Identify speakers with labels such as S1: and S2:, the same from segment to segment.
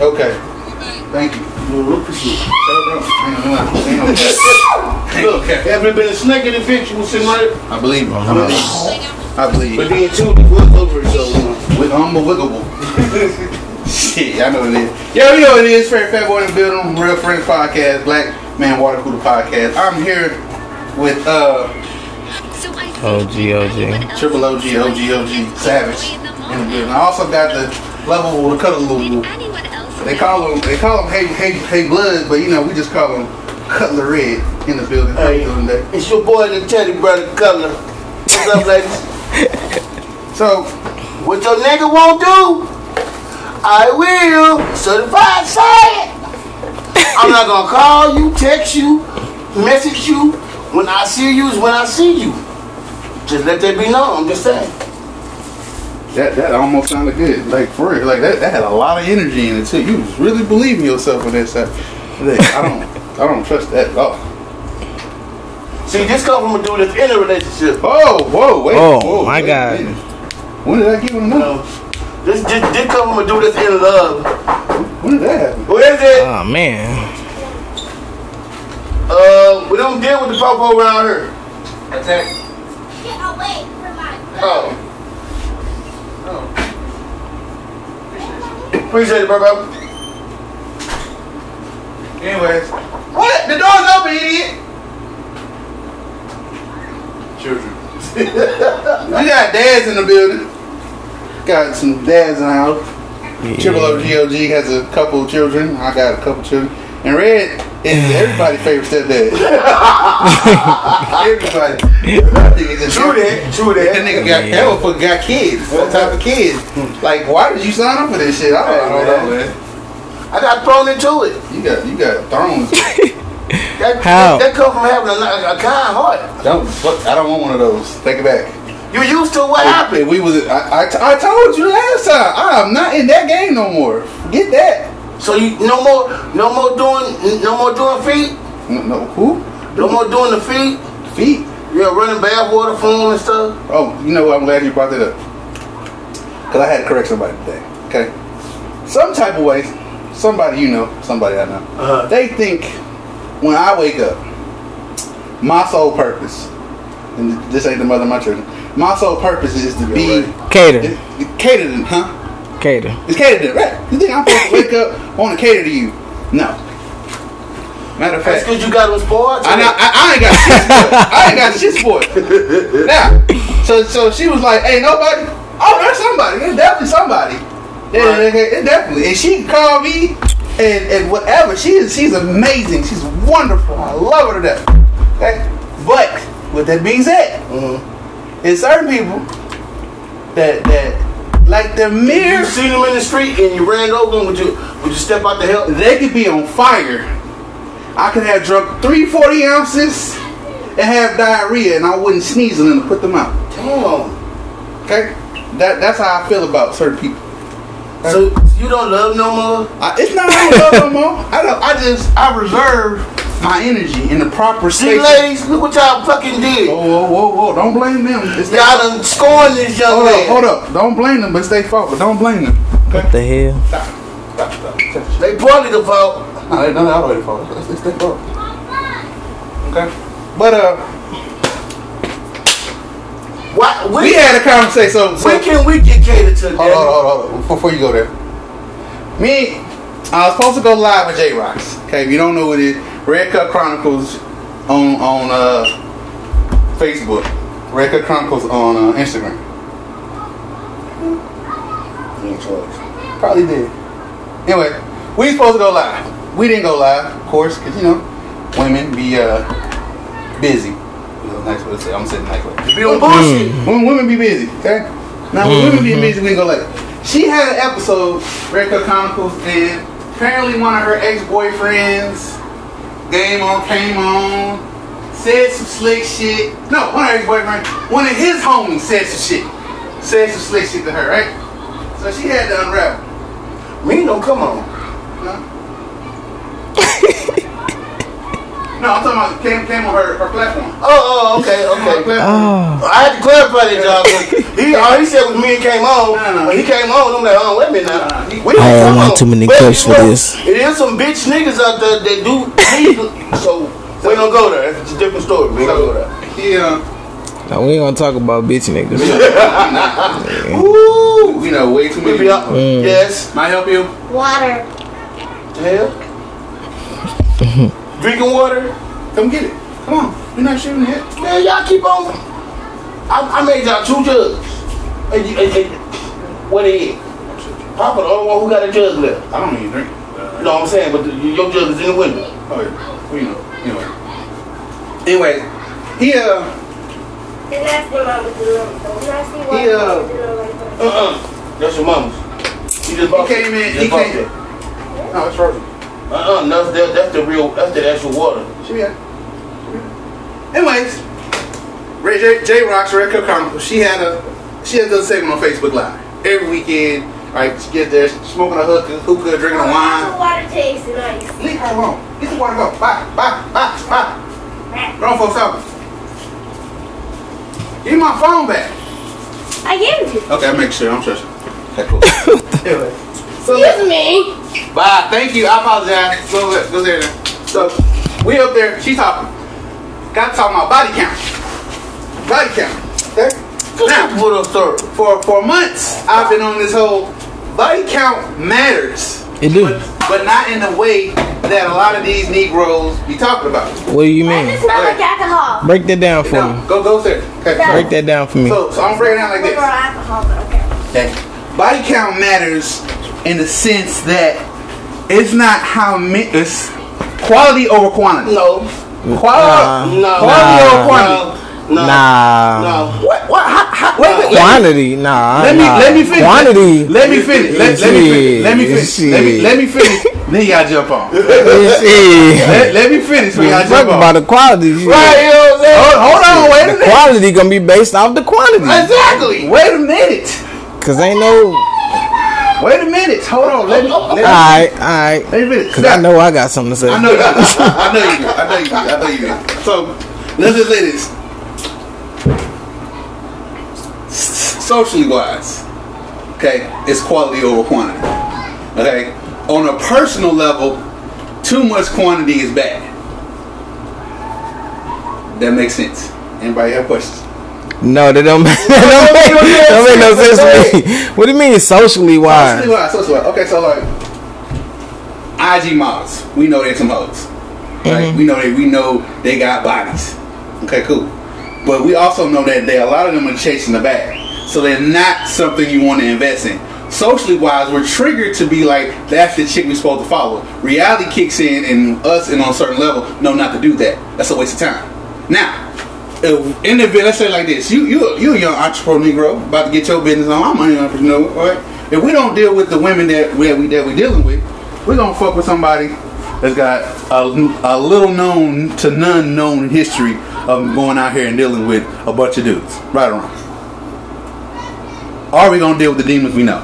S1: Okay. Thank you.
S2: Well, look at you.
S1: Shut up, bro. Hang on, hang on. Hang on. Okay.
S2: Haven't it been a snickety bitch with somebody?
S1: I believe you. I believe. I
S2: But
S1: believe.
S2: then too, the book over is so long.
S1: With um, unbelievable. Shit, I know what it is. Yo, you know what it is. Fair Fat Boy in the building. Real Friends Podcast. Black Man Water Cooler Podcast. I'm here with uh
S3: OG, OG.
S1: Triple OG, OG, OG Savage in the building. I also got the level with the cuddle
S4: Did
S1: Lulu.
S4: anyone else
S1: They call him. They call him. Hey, hey, hey, blood. But you know, we just call him Cutler Red in the building. How you doing today?
S2: It's your boy, the Teddy Brother Color. What's up, ladies?
S1: So
S2: What your nigga won't do, I will. Certified say it. I'm not gonna call you, text you, message you. When I see you is when I see you. Just let that be known. I'm just saying.
S1: that that almost sounded good. Like for real. Like that, that had a lot of energy in it too. You was really believing yourself with that stuff. Look, I don't. I don't trust that at all.
S2: See, this come from a dude that's in a relationship.
S1: Oh, whoa, wait.
S3: Oh,
S1: whoa,
S3: my
S1: wait a
S3: God.
S1: minute. When did I get one of
S2: You
S1: those?
S2: know, this, this, this come from a dude that's in love.
S1: When did that happen?
S2: What is it?
S3: Oh man.
S2: Uh, we don't deal with the popo around here.
S1: Attack.
S4: Get away from my
S2: Oh. Oh. Appreciate it, bro, bro.
S1: Anyways,
S2: What? The door's open, idiot.
S1: children. we got dads in the building. Got some dads in the house. Triple O G O G has a couple of children. I got a couple of children. And Red is everybody's favorite stepdad. Everybody. That nigga just-
S2: True that. True
S1: That
S2: that.
S1: nigga got
S3: Yeah.
S1: that motherfucker got kids. What type of kids? Like, why did you sign up for this shit? I don't, I don't know, man.
S2: I got thrown into it.
S1: You got you got thrones.
S2: That,
S3: How?
S2: That, that come from having a, a kind heart.
S1: don't fuck, I don't want one of those. Take it back.
S2: You used to what happened.
S1: If we was I, I, t- I told you last time. I am not in that game no more. Get that.
S2: So you no more, no more doing, no more doing feet,
S1: No, no who?
S2: no more doing the feet.
S1: Feet.
S2: You're running bath water phone and stuff.
S1: Oh, you know what? I'm glad you brought that up. Because I had to correct somebody today. Okay. Some type of way, somebody you know, somebody I know,
S2: Uh-huh.
S1: they think when I wake up, my sole purpose, and this ain't the mother of my children, my sole purpose is to be
S3: Cater,
S1: catered in, huh?
S3: cater.
S1: It's catered in, right? You think I'm supposed to wake up, want to cater to you? No. Matter of
S2: That's
S1: fact,
S2: because you got them spoiled.
S1: I, not, I, I ain't got shit for it. I ain't got shit for it. Now, so so she was like, "Ain't nobody." Oh, there's somebody. There's definitely somebody. Yeah,
S2: Right.
S1: yeah, yeah, yeah, definitely. And she called me, and and whatever. She is. She's amazing. She's wonderful. I love her to death. Okay, but with that being said, it's certain people that that like the
S2: You
S1: mere
S2: seen them in the street and you ran over them. Would you would you step out to help?
S1: they could be on fire. I could have drunk three forty ounces and have diarrhea, and I wouldn't sneeze on them to put them out.
S2: Damn.
S1: Okay, that that's how I feel about certain people.
S2: So you don't love no more.
S1: I, it's not I don't love no more. I don't. I just I reserve my energy in the proper
S2: See,
S1: space.
S2: ladies, look what y'all fucking did.
S1: Whoa, whoa, whoa, whoa! Don't blame them. It's their-
S2: Y'all done scorned this young
S1: hold
S2: man.
S1: up, hold up! Don't blame them. but It's their fault, but don't blame them.
S3: What the hell?
S2: They partly the fault.
S1: No, they- no, they're all their fault. It's, it's their fault. Okay, but uh,
S2: Why, when,
S1: we had a conversation. So, so
S2: when can we get catered to?
S1: Hold
S2: daddy?
S1: on, hold on, hold on. Before you go there, me, I was supposed to go live with J Rocks. Okay, if you don't know what it is, Red Cup Chronicles on on uh, Facebook, Red Cup Chronicles on uh, Instagram. Probably did. Anyway, we supposed to go live. We didn't go live, of course, because you know, women be uh busy. Nice way to say. I'm saying nice way.
S2: Be on bullshit.
S1: When women be busy, okay? Now when women be busy, we can go later. She had an episode, Record Chronicles, and apparently one of her ex-boyfriends game on came on, said some slick shit. No, one of her ex-boyfriend, one of his homies said some shit. Said some slick shit to her, right? So she had to unravel.
S2: Me no, come on.
S1: No, No, I'm talking about came came on her her platform.
S2: Oh, oh, okay,
S1: Her
S2: okay.
S1: platform.
S3: Ah.
S2: I had to clarify that, y'all. 'cause He, all he said was me and came on.
S1: No, no, no.
S2: When he came on, I'm like, oh, wait a minute now.
S1: Nah, he-
S2: We didn't
S3: I don't
S2: come
S3: want
S2: on.
S3: too many
S2: But
S3: cooks
S2: you
S3: for
S2: know,
S3: this.
S2: There's some bitch niggas out there that do these, so we don't go there. It's a different story. We don't go there.
S1: Yeah.
S3: Now, we ain't gonna talk about bitch niggas.
S1: Ooh, we know way too
S2: We
S1: many.
S2: be out.
S1: people.
S3: Mm.
S2: Yes.
S1: Might help you.
S4: Water.
S2: Hell. Drinking water.
S1: Come get it. Come on. We're not shooting it.
S2: Man, y'all keep on. I, I made y'all two jugs. And you, and, and, what it is? Papa the only one who got a jug left.
S1: I don't even drink.
S2: You know what I'm saying? But the, your jug is in the window.
S1: Oh, yeah. Well, you know. Anyway. Anyway, he uh.
S4: Didn't ask me mama do it. Didn't ask me why
S1: Yeah.
S4: mama do it like that.
S2: Uh-uh. That's your mama's. She just bought
S1: He came in-
S2: just
S1: he
S2: bought
S1: came-
S2: it.
S1: No, it's frozen.
S2: Uh-uh. That's the, that's the real, that's the actual water.
S1: She had. Anyways, Ray J, J Rock's Red Cup Chronicle. She had a she had a good segment on Facebook Live every weekend. Like she get there, smoking a hookah, hookah, drinking a
S4: How's
S1: wine.
S4: the water taste nice?
S1: Leave her alone. Get the water go. Bye, bye, bye, bye. Grown folks help. Give me my phone back.
S4: I gave it to
S1: Okay, I make sure. I'm trusting. Okay, cool. anyway, so
S4: you. Excuse me.
S1: Bye. Thank you. I apologize. Go, go there. then. So we up there. She talking. Got to talk about body count. Body count. Okay.
S2: Cause
S1: Now-
S2: she put up third.
S1: For for months, I've been on this whole body count matters,
S3: It do.
S1: but, but not in the way that a lot of these Negroes be talking about.
S3: What do you
S4: Why
S3: mean?
S4: does it smell like alcohol?
S3: Break that down for
S1: Now,
S3: me.
S1: go go there. Okay.
S4: No.
S3: Break that down for me.
S1: So so I'm breaking it down like
S4: Liquor or
S1: this.
S4: alcohol, but okay.
S1: Okay. Body count matters in the sense that it's not how many. It's quality over quantity.
S2: No.
S1: Quality,
S2: No.
S1: quality
S3: Nah.
S1: over quantity.
S2: No. No.
S3: Nah.
S2: No.
S1: What? What? How, how, wait, wait, wait.
S3: Quantity, nah.
S1: Let me
S3: nah.
S1: let me finish.
S3: Quantity.
S1: Let me finish. Let, let me finish. Let me finish. Let me,
S3: Shit.
S1: let me finish. then you gotta jump on.
S3: Shit.
S1: Let, let me finish. Then you gotta
S3: Fuck
S1: jump on.
S3: about the quality. shit.
S1: Right, you know what I'm saying? Hold, hold on. Wait a
S3: The
S1: minute.
S3: quality gonna be based off the quantity.
S1: Exactly. Wait a minute.
S3: Cause ain't no.
S1: Wait a minute. Hold on. Let me. Let me,
S3: Alright, alright.
S1: let me finish.
S3: Cause I know I got something to say.
S1: I know you. do. I know you. do. I know you. do. I know you. do. So let's just say this. Socially wise, okay, it's quality over quantity. Okay, on a personal level, too much quantity is bad. That makes sense. Anybody have questions?
S3: No, they don't. That don't make, that don't make no sense to me. What do you mean socially
S1: Socially
S3: wise?
S1: wise, socially wise. Okay, Oh, so like IG models, we know they're some hoes. Right? We know they we know they got bodies. Okay, cool. But we also know that they a lot of them are chasing the bag. So they're not something you want to invest in. Socially wise, we're triggered to be like, that's the chick we're supposed to follow. Reality kicks in and us and on a certain level know not to do that. That's a waste of time. Now, if- in the event, let's say like this, you you you a young entrepreneur Negro about to get your business on. I'm an entrepreneur, right? If we don't deal with the women that we that we that we dealing with, we're gonna fuck with somebody that's got a, a little known to none known history of going out here and dealing with a bunch of dudes, right or wrong. Are we gonna deal with the demons we know?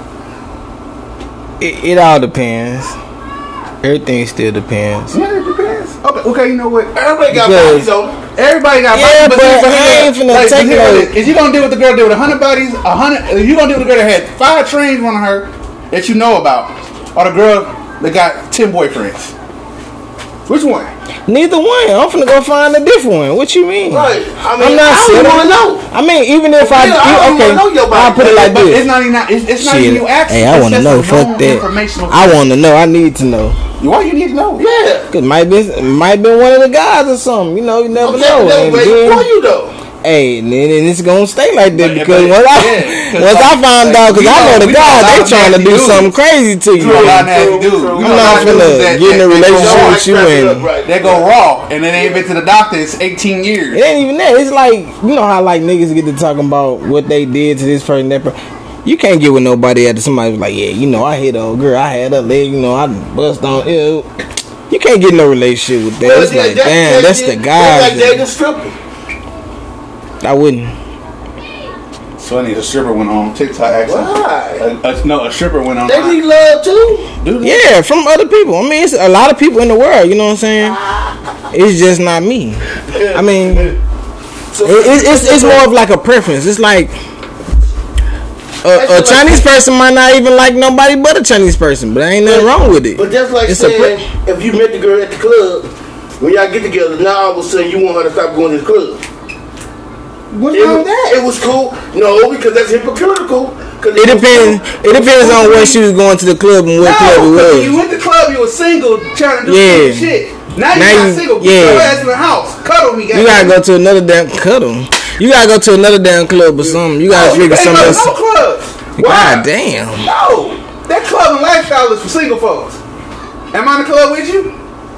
S3: It, it all depends. Everything still depends.
S1: Yeah, it depends. Okay, okay, you know what?
S2: Everybody got
S3: Because-
S2: bodies on.
S1: Everybody got
S3: Yeah,
S1: bodies,
S3: but
S1: here's
S3: I
S1: the-
S3: ain't finna
S1: like,
S3: take
S1: here's what
S3: no-
S1: it is. Is you gonna deal with the girl that deal with hundred bodies, a hundred? If you gonna deal with the girl that had five trains on her that you know about, or the girl that got ten boyfriends? Which one?
S3: Neither one. I'm finna go find a different one. What you mean?
S2: Right. I mean,
S3: I'm not
S2: I don't
S3: settling.
S2: want to know.
S3: I mean, even if I,
S2: Yeah, I don't
S3: okay,
S2: wanna know your body.
S3: I'll put it like
S1: but it's
S3: this.
S1: not even. It's, it's not even
S3: Shit.
S1: you asking.
S3: Hey, I
S1: It's
S3: want to
S1: just
S3: know.
S1: a known
S3: Fuck that.
S1: informational-
S3: I want to know. I need to know.
S1: Why you need to know?
S2: Yeah.
S3: Cause might be might been one of the guys or something. You know, you never
S2: Okay,
S3: know.
S2: that
S3: And
S2: way
S3: then-
S2: for you though.
S3: Hey, and then and it's gonna stay like that
S1: But-
S3: because
S1: but-
S3: once I
S1: yeah, 'cause
S3: once I
S1: like-
S3: found
S1: like,
S3: out, because
S1: we
S3: I
S1: know-
S3: know the
S1: we know a
S3: guys
S1: lot
S3: they
S1: of
S3: trying to
S1: nasty
S3: do
S1: dudes.
S3: something crazy to you.
S1: You know a lot of nasty
S2: True,
S1: dudes.
S2: true.
S1: We
S2: I'm
S1: know a lot of
S3: not
S1: dudes
S3: finna
S1: that-
S3: get in a
S1: that- that go
S3: relationship
S1: raw.
S3: with you and-
S1: They go raw and then they ain't been to the doctor in 18 years.
S3: It ain't even that. It's like you know how like niggas get to talking about what they did to this person, that person. You can't get with nobody after somebody was like, yeah, you know, I hit a girl, I had a leg, you know, I bust on ew. You can't get in no relationship with that. It's like, damn, that's the
S2: That's like dating a
S3: guy.
S2: stripper.
S3: I wouldn't.
S1: It's funny, the stripper went on TikTok actually.
S2: Why?
S1: A- a- no, a stripper went on.
S2: They need love too.
S3: Yeah, from other people. I mean, it's a lot of people in the world. You know what I'm saying? It's just not me. I mean, it,
S2: So,
S3: it's it's it's more of like a preference. It's like a, a Chinese person might not even like nobody but a Chinese person, but ain't nothing wrong with it.
S2: But that's like
S3: It's a
S2: saying if you met the girl at the club, when y'all get together, now all of a sudden you want her to stop going to the club.
S3: What's
S2: It, was, it was cool. No, because that's hypocritical. 'Cause
S3: It depends. It depends on where she was going to the club and what
S1: No,
S3: club
S1: 'cause when
S3: it
S1: you
S3: was.
S1: went to club, you were single, trying to do
S3: Yeah.
S1: stupid shit. Now you're
S3: Now
S1: not
S3: you-
S1: single.
S3: yeah.
S1: Your ass in the house. Cuddle me,
S3: You gotta go to another damn cuddle. You gotta go to another damn club or something. You gotta figure something else.
S1: No clubs.
S3: God damn.
S1: No, that club and lifestyle is for single folks. Am I in the club with you?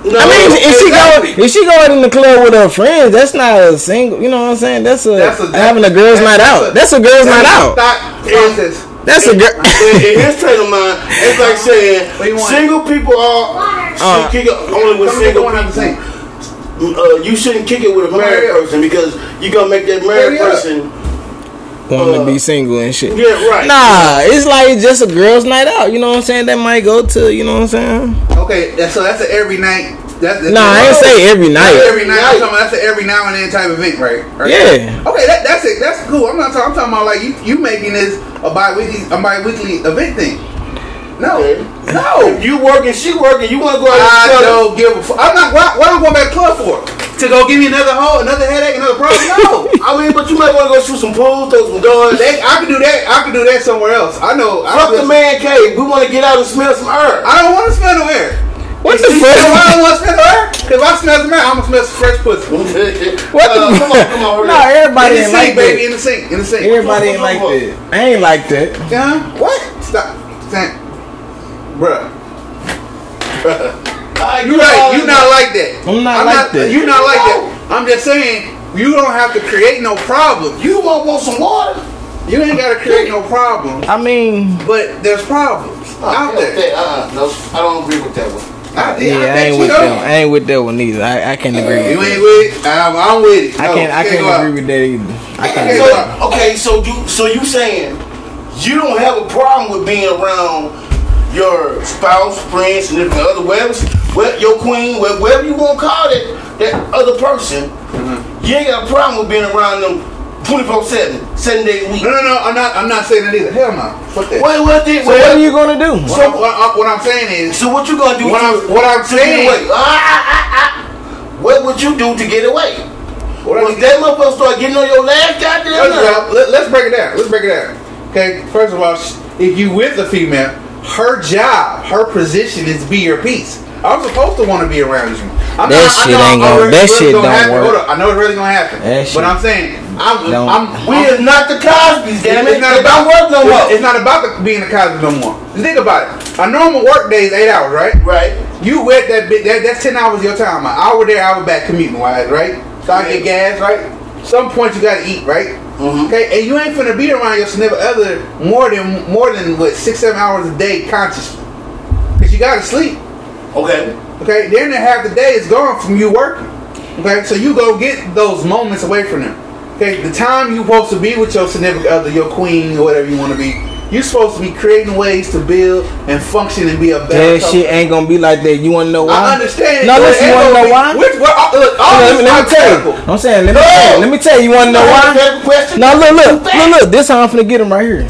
S2: No,
S3: I mean, if she
S1: Exactly.
S3: going, if she going in the club with her friends, that's not a single. You know what I'm saying? That's a,
S1: That's a-
S3: having a girls'
S1: that's-
S3: night
S1: that's
S3: out.
S1: a-
S3: that's a girls' night out.
S1: Thought process.
S3: that's a girl.
S2: in, in his state of mind, it's like saying
S1: What you want?
S2: single people are
S3: Uh,
S2: should kick it only with
S1: Come here,
S2: single
S1: go on, I'm
S2: people.
S1: saying.
S2: Uh, you shouldn't kick it with a married
S1: Hurry up.
S2: person because you gonna make that married
S1: Hurry up.
S2: person.
S3: Want
S1: uh,
S3: to be single and shit.
S2: Yeah, right.
S3: Nah, it's like it's just a girls' night out. You know what I'm saying? That might go to. You know what I'm saying?
S1: Okay, that, so that's an every night. That's, that's
S3: Nah, I ain't say every
S1: That's
S3: night.
S1: every night. I'm talking about that's an every now and then type event, right? right?
S3: Yeah.
S1: Okay, that, that's it. That's cool. I'm not talking. I'm talking about like you, you making this a bi-weekly, a bi-weekly event thing. No, no.
S2: If you working, she working. You wanna go out
S1: I
S2: and club?
S1: don't give a fuck. I'm not. Why, why am I going back to club for? To go give me another hoe, another headache, another problem? No.
S2: I mean, but you might wanna go shoot some pool, throw some darts.
S1: They, I can do that. I can do that somewhere else. I know. I,
S2: Fuck
S1: feel-
S2: the man cave. We wanna get out and smell some air.
S1: I don't want to smell no air.
S3: What the
S1: You know why I
S3: fuck?
S1: don't want to smell no air? Because if I smell some air, I'm gonna smell some fresh pussy.
S2: what
S3: What
S1: Uh,
S3: the
S2: come on, come on,
S3: fuck?
S2: hurry
S3: No,
S2: up.
S3: everybody
S1: in the
S3: ain't
S1: sink,
S3: like
S1: baby.
S3: that.
S1: In the sink. In the sink.
S3: Everybody ain't like that. I ain't like that.
S1: Huh? What? Stop. Stand. Bruh.
S2: All right,
S1: You right.
S2: uh,
S1: You not like that.
S3: I'm not like that.
S1: You not like that. I'm just saying. You don't have to create no problem. You
S2: You want want some water?
S1: you ain't gotta create no problem.
S3: I mean,
S1: But there's problems
S2: Oh,
S1: out there.
S2: Uh, no, I don't agree with that one.
S1: I,
S3: yeah, I
S1: bet
S3: ain't
S1: you
S3: with
S1: don't.
S3: them. I ain't with that one either. I, I can't agree.
S1: You
S3: with
S1: ain't
S3: that.
S1: with it. I'm, I'm with it.
S3: I
S1: No,
S3: can't. I
S1: you go out.
S3: can't agree with that either. I can't.
S1: go out.
S2: So, okay, so you so you saying you don't have a problem with being around your spouse, friends, and different other webs, well, your queen, wh- whatever you want to call it, that other person.
S1: Mm-hmm.
S2: You ain't got a problem with being around them 24 7, 7 days a week.
S1: No, no, no. I'm not. I'm not saying that either. Hell no. Fuck that.
S2: Wait, what, did,
S3: So what
S2: what,
S3: are you gonna do?
S1: So what, I'm, what I'm saying is,
S2: so what you gonna do
S1: what
S2: to,
S1: I'm what I'm
S2: to get
S1: saying.
S2: away? Ah, ah, ah, ah. What would you do to get away?
S1: What I'm
S2: Once that motherfucker start getting on your last goddamn
S1: First of
S2: nerve,
S1: all, let, us break it down. Let's break it down. Okay. First of all, sh- if you with a female, her job, her position is to be your piece. I'm supposed to want to be around you. I'm
S3: That
S1: I
S3: shit
S1: know I
S3: ain't
S1: know it's
S3: gonna- that
S1: really
S3: shit
S1: gonna
S3: don't
S1: happen.
S3: work.
S1: Hold up, I know it's really gonna happen.
S3: That shit
S1: but I'm saying, I'm,
S3: don't-
S1: I'm,
S2: We is not the Cosby's, damn
S1: It's
S2: it.
S1: not
S2: It
S1: about
S2: don't work no more.
S1: It's not about the, being a Cosby no more. Just think about it. A normal work day is eight hours, right?
S2: right.
S1: You wet that bit that that's ten hours of your time. An hour there, hour back commuting wise, right? So I get gas, right? Some point you gotta eat, right?
S2: Mhm.
S1: Okay, and you ain't finna be around your significant other more than more than what six seven hours a day consciously, cause you gotta sleep.
S2: Okay.
S1: Okay, then to have the day is gone from you working. Okay, so you go get those moments away from them. Okay, the time you supposed to be with your significant other, your queen, or whatever you want to be, you're supposed to be creating ways to build and function and be a better.
S3: That shit ain't gonna be like that. You wanna know why?
S1: I understand.
S3: uh, No,
S1: but
S3: listen. You
S1: it
S3: wanna
S1: ain't
S3: know
S1: gonna
S3: why?
S1: be- Which, well, uh, look, all
S3: Let me,
S1: this
S3: let me tell you.
S1: hypothetical.
S3: I'm saying. Let me,
S1: No.
S3: tell you. let me tell you. You wanna know why?
S2: Hypothetical question.
S3: No, look, look, look, look. This how I'm finna get him right here.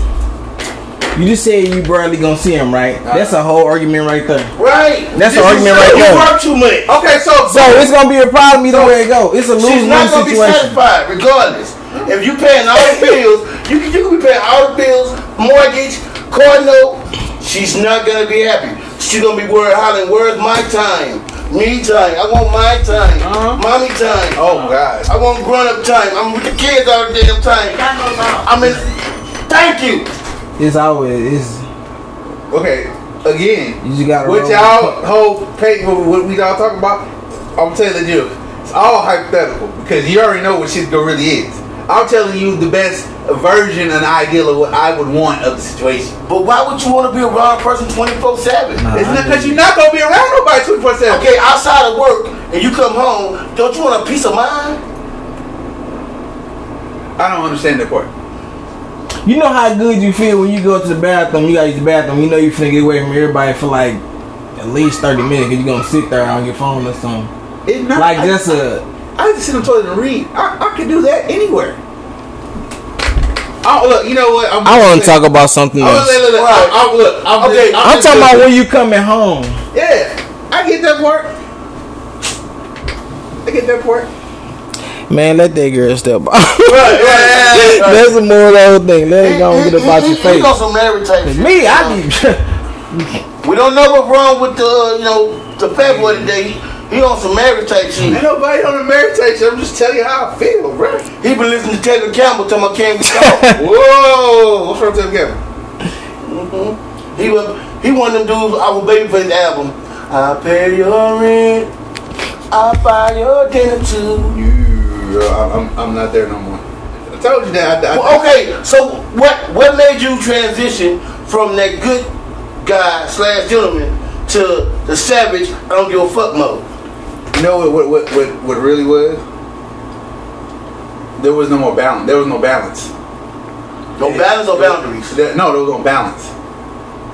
S3: You just said you barely gonna see him, right? That's a whole argument right there.
S2: Right.
S3: That's
S2: This
S3: an
S2: is-
S3: argument right
S2: You
S3: there.
S2: work too much.
S1: Okay, so
S3: So it's gonna be a problem either way it go. It's a lose
S2: She's not
S3: lose
S2: gonna be
S3: situation.
S2: satisfied regardless. If you paying all the bills, you can, you can be paying all the bills, mortgage, car note. She's not gonna be happy. She's gonna be worried, hollering, "Where's my time? Me time? I want my time.
S1: Uh-huh.
S2: Mommy time.
S1: oh god.
S2: I want grown up time. I'm with the kids all the damn time. I mean, thank you.
S3: It's always it's
S1: Okay, again,
S3: You just gotta
S1: what
S3: roll
S1: y'all whole pay what, what we all talk about. I'm telling you, it's all hypothetical because you already know what shit go really is. I'm telling you the best version and ideal of what I would want of the situation.
S2: But why would you want to be around a person 24 7?
S3: Nah.
S1: It's not because you're not gonna be around nobody 24 seven.
S2: Okay, outside of work and you come home, don't you want a peace of mind?
S1: I don't understand that part.
S3: you know how good you feel when you go to the bathroom, you gotta use the bathroom, you know you finna get away from everybody for like at least 30 minutes because you gonna sit there on your phone or something.
S1: It's not
S3: Like uh, just a
S1: I like to sit on the toilet and read. I, I could do that anywhere. Oh look, you know what? I'm
S3: I want to talk about something
S1: Oh, look, look,
S3: else.
S1: look,
S2: Right.
S1: I'm, I'm, look, I'm,
S2: Okay,
S1: just,
S3: I'm
S1: just
S3: talking about
S1: joking.
S3: when you coming home.
S1: Yeah, I get that part. I get that part.
S3: Man, let that girl step out.
S1: Right, right,
S3: That's the moral of the whole thing. Let it go and get about your
S2: You know
S3: face.
S2: some Larry type shit.
S3: Me, I be
S2: We don't know what's wrong with the, uh, you know, the fat boy today. He on some Larry type shit.
S1: Ain't nobody on the marriage station. I'm just telling you how I feel, bro.
S2: He been listening to Taylor Campbell till my Campbell show.
S1: Whoa, what's wrong with that? Mm-hmm.
S2: he was he one of them dudes off of Babyface album. I pay your rent. I buy your dinner too.
S1: Yeah, I'm, I'm, I'm not there no more. I told you that. I, I,
S2: Well, okay, so what what made you transition from that good guy slash gentleman to the savage I don't give a fuck mode?
S1: You know what? What? What? What, what really was? There was no more balance. There was no balance.
S2: No balance or boundaries.
S1: There- no, there was no balance.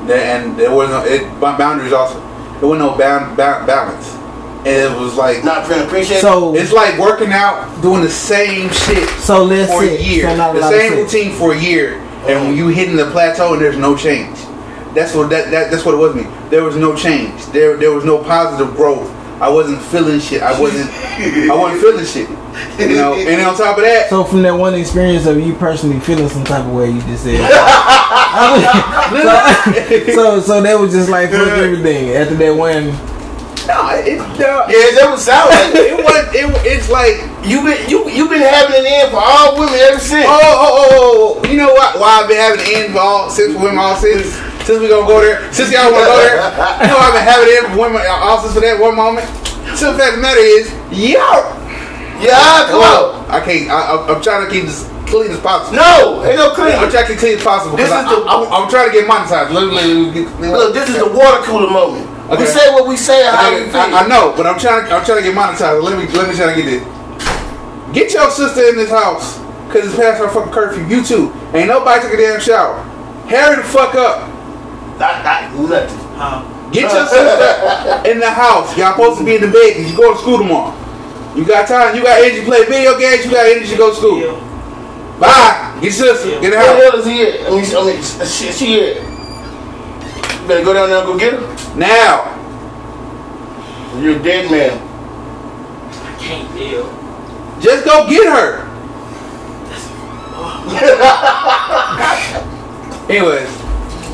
S1: There, and there was no it, bu- boundaries also. There was no bound, ba- balance. And it was like
S2: Not feeling appreciated.
S3: so
S1: it's like working out, doing the same shit
S3: so. Let's
S1: for a
S3: sit.
S1: year,
S3: So not a
S1: the
S3: lot of
S1: same
S3: sex.
S1: routine for a year. And when you hitting the plateau and there's no change, that's what that, that that's what it was to me. There was no change. There there was no positive growth. I wasn't feeling shit. I wasn't I wasn't feeling shit. You know. And on top of that,
S3: So from that one experience of you personally feeling some type of way, you just said. so, so so that was just like fuck everything after that one.
S1: no, it, it, no, it,
S2: yeah, that was sound like
S1: it was it, it's like
S2: you been you you been having it in for all women ever since.
S1: Oh, oh, oh, oh, you know what? Why I've been having an end for all since for women all since since we gonna go there since y'all wanna go there. You know I've been having it in for women all since for that one moment. So the fact of the matter is, y'all
S2: Yeah,
S1: oh,
S2: come on.
S1: I can't. I, I'm, I'm trying to keep this clean as possible.
S2: No, ain't no clean.
S1: I'm trying to keep clean as possible.
S2: This
S1: 'cause
S2: is
S1: I,
S2: the-
S1: I, am trying to get monetized. Let me- let me get-
S2: Look, this is the water cooler moment.
S1: Okay.
S2: We say what we say and how we
S1: Okay,
S2: feel.
S1: I, I know, but I'm trying. I'm trying to get monetized. Let me. Let me try to get this. Get your sister in this house, cause it's past her fucking curfew. You too. Ain't nobody took a damn shower. Hurry the fuck up.
S2: I, I, nothing.
S1: Get your sister in the house. Y'all supposed to be in the bed cause you going to school tomorrow. You got time. You got energy to play video games. You got energy to go to school. Bye. Get your sister. Get in the
S2: Where
S1: house.
S2: the hell is he at? I mean, I mean, she, she at? You better go down there and go get her.
S1: Now.
S2: You're a dead man.
S5: Can't deal.
S1: Just go get her. Anyways,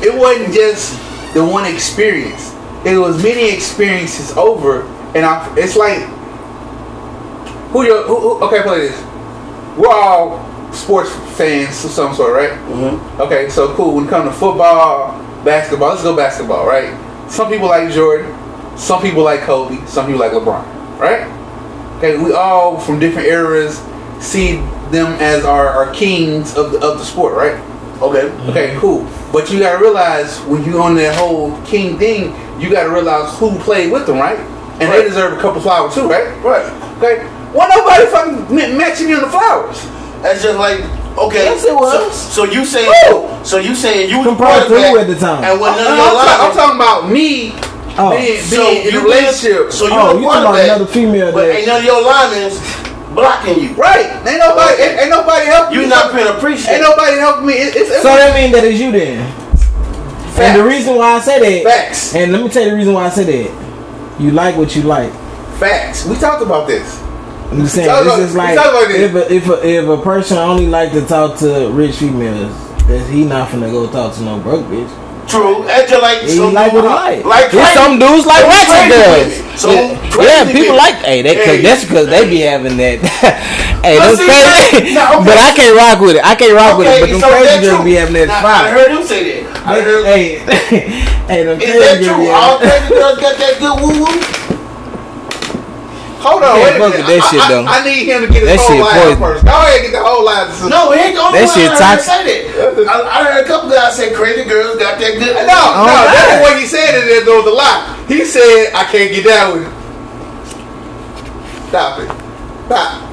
S1: it wasn't just the one experience. It was many experiences over, and I, it's like who you who, who okay play this. We're all sports fans of some sort, right? Mm-hmm. Okay, so cool. When it comes to football, basketball, let's go basketball, right? Some people like Jordan, some people like Kobe, some people like LeBron, right? Okay, we all from different eras see them as our, our kings of the, of the sport, right?
S2: Okay.
S1: Okay, cool. But you gotta realize when you on that whole king thing, you gotta realize who played with them, right? And
S2: Right.
S1: they deserve a couple flowers too, right?
S2: Right.
S1: Okay, why nobody fucking ma- matching me on the flowers?
S2: That's just like okay.
S3: Yes, it was.
S2: So, so you saying
S1: Who?
S2: so you saying you was
S3: From Pride
S2: quarterback
S3: Blue at the time.
S2: and when
S1: I'm,
S2: none
S1: I'm
S2: of your
S1: ta- I'm
S2: lives.
S1: talking about me
S3: Oh.
S1: being,
S2: so
S1: being in a
S2: you
S1: relationship.
S2: So you
S3: Oh,
S2: a
S3: you talking about
S2: quarterback,
S3: another female
S2: but
S3: that-
S2: ain't none of your linemen blocking you.
S1: right? Ain't nobody, ain't, ain't nobody helping
S2: You're
S1: me.
S2: not being
S1: Ain't
S2: appreciated.
S1: nobody helping me. It, it's, it's
S3: So that mean that it's you then. And the reason why I said that.
S1: Facts.
S3: And let me tell you the reason why I said that. You like what you like.
S1: facts. We talked about this.
S3: I'm just saying
S1: Talk
S3: this
S1: about-
S3: is like
S1: talk about this.
S3: if a, if a, if a person only like to talk to rich females, that he not finna go talk to no broke bitch.
S2: True. That's just like
S3: He
S2: so
S3: like what he
S2: like.
S3: like.
S2: Like crazy.
S3: There's some dudes like
S2: Some
S3: ratchet
S2: crazy
S3: girls.
S2: women. Some crazy
S3: yeah,
S2: women.
S3: people like hey, that,
S2: Hey.
S3: cause that's because they be having that. hey,
S2: But
S3: those
S2: see, now-
S3: crazy,
S2: now, okay.
S3: but I can't rock with it. I can't rock with it. But them
S2: so
S3: crazy
S2: that's
S3: girls
S2: true.
S3: be having that
S2: Now, I
S3: fire.
S2: heard him say that. I heard.
S3: Hey, hey,
S2: Is
S3: them crazy
S2: that
S3: girls
S2: true?
S3: be
S2: All
S3: having.
S2: crazy girls got that good woo woo.
S1: Hold on,
S3: Yeah,
S1: wait a
S3: fuck
S1: minute.
S3: with that
S1: I,
S3: shit,
S1: I-
S3: though.
S1: I, need him to get his
S3: That
S1: whole
S3: shit
S1: line
S3: poison.
S1: first. Go ahead, and get the whole line. No,
S2: No, it ain't the only
S3: That
S2: one I
S3: shit
S2: heard
S3: toxic.
S2: him say that. I, I heard a couple guys say crazy girls got that good.
S1: no, no.
S3: Oh,
S1: That's
S3: God.
S1: the way he said it. There was a lie. He said, "I can't get down with it." Stop it. Stop.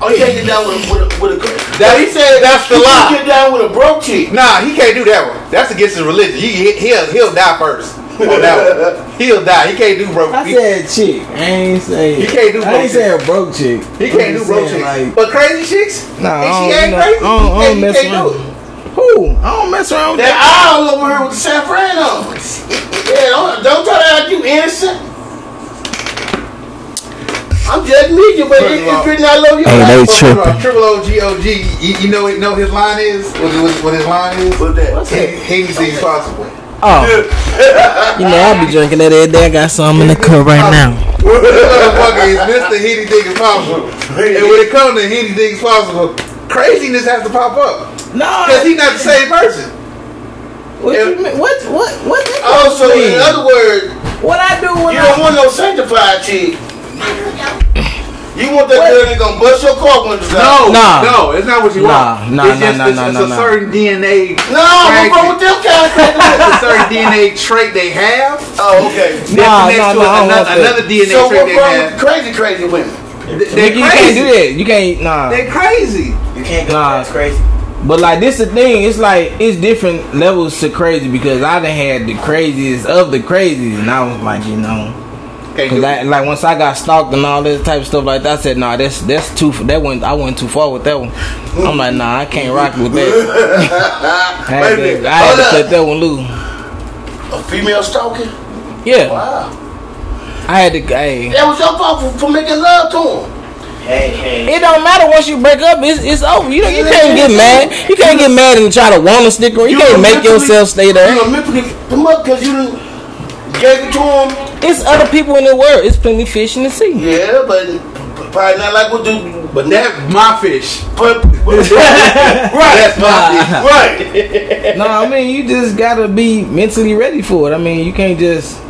S2: Oh, you can't get down with a, with a, with a girl.
S1: That-
S2: he said
S1: that's the
S2: you
S1: lie.
S2: can get down with a broke chick.
S1: Nah, he can't do that one. That's against his religion. He, he will he'll die first. on that one. He'll die. He can't do broke.
S3: I
S1: He-
S3: said chick. I ain't say.
S1: You can't do
S3: I ain't
S1: broke
S3: saying broke chick.
S1: He can't do broke chicks. but crazy chicks, if
S3: Nah, I
S1: she
S3: don't-
S1: ain't
S3: no,
S1: crazy,
S3: I don't- I don't
S1: you
S3: mess
S1: can't do
S3: around.
S1: it.
S3: Who? I don't mess around with
S2: They're
S3: that.
S2: all over here with the San Fernando. Yeah, don't, don't try to act you innocent. I'm judging you, but it, it's written all over your
S3: Hey,
S2: life.
S3: they
S1: But
S3: tripping.
S1: uh, Triple O G O G. You, you know you know his line is what, what, what his line is.
S2: What's that?
S1: Anything possible.
S3: Oh, Oh. you know I be drinking that every day. I got some in the cup right now.
S1: This motherfucker is Mr. Anything is possible. And when it comes to anything is possible, craziness has to pop up because
S3: No,
S1: he's not the same person.
S3: what you mean? What what what? That
S2: Oh, so
S3: mean?
S2: in other words,
S3: what I do when
S2: you
S3: I
S2: don't want no sanctified chick. You want that girl that's gonna bust your car windows
S1: No,
S2: out.
S3: Nah.
S1: no, it's not what you
S3: Nah,
S1: want.
S3: nah,
S1: it's
S3: nah,
S1: just
S3: nah,
S1: it's,
S3: nah,
S1: it's
S3: nah,
S1: a
S3: nah.
S1: certain DNA,
S2: No, I'm
S1: Crazy.
S2: going with them kind of things.
S1: it's a certain DNA trait they have.
S2: Oh, okay.
S1: that's
S3: Nah, nah,
S1: next to
S3: nah, I don't want
S1: another,
S3: that.
S1: another DNA
S2: So
S1: trait
S2: what
S1: they
S2: wrong with
S1: have.
S2: crazy, crazy women?
S1: They,
S3: you,
S1: are
S3: can't
S1: crazy.
S3: do that. You can't. Nah.
S1: They're crazy.
S5: You can't go.
S3: Nah.
S5: That's crazy.
S3: But like this, the thing. It's like it's different levels to crazy because I done had the craziest of the craziest, and I was like, you know,
S1: Can't do
S3: 'cause I,
S1: that.
S3: like once I got stalked and all this type of stuff like that, I said, nah, that's that's too. That went. I went too far with that one. I'm like, nah, I can't rock with that. I had
S2: Wait a minute.
S3: to, I had to
S2: Hold
S3: cut
S2: up.
S3: that one loose.
S2: A female stalking?
S3: Yeah,
S2: Wow.
S3: I had to. Hey,
S2: That was your fault for, for making love to him.
S5: Hey, hey.
S3: it don't matter once you break up. It's it's over. You don't- you can't get mad. You can't get mad and try to want to stick around. You can't make yourself stay there.
S2: You mentally them up because you done gave it to him.
S3: It's other people in the world. It's plenty fish in the sea.
S2: Yeah, but probably not like what dude. But that,
S1: That's my fish.
S2: but, right,
S1: That's my fish.
S2: right.
S3: no, I mean you just gotta be mentally ready for it. I mean you can't just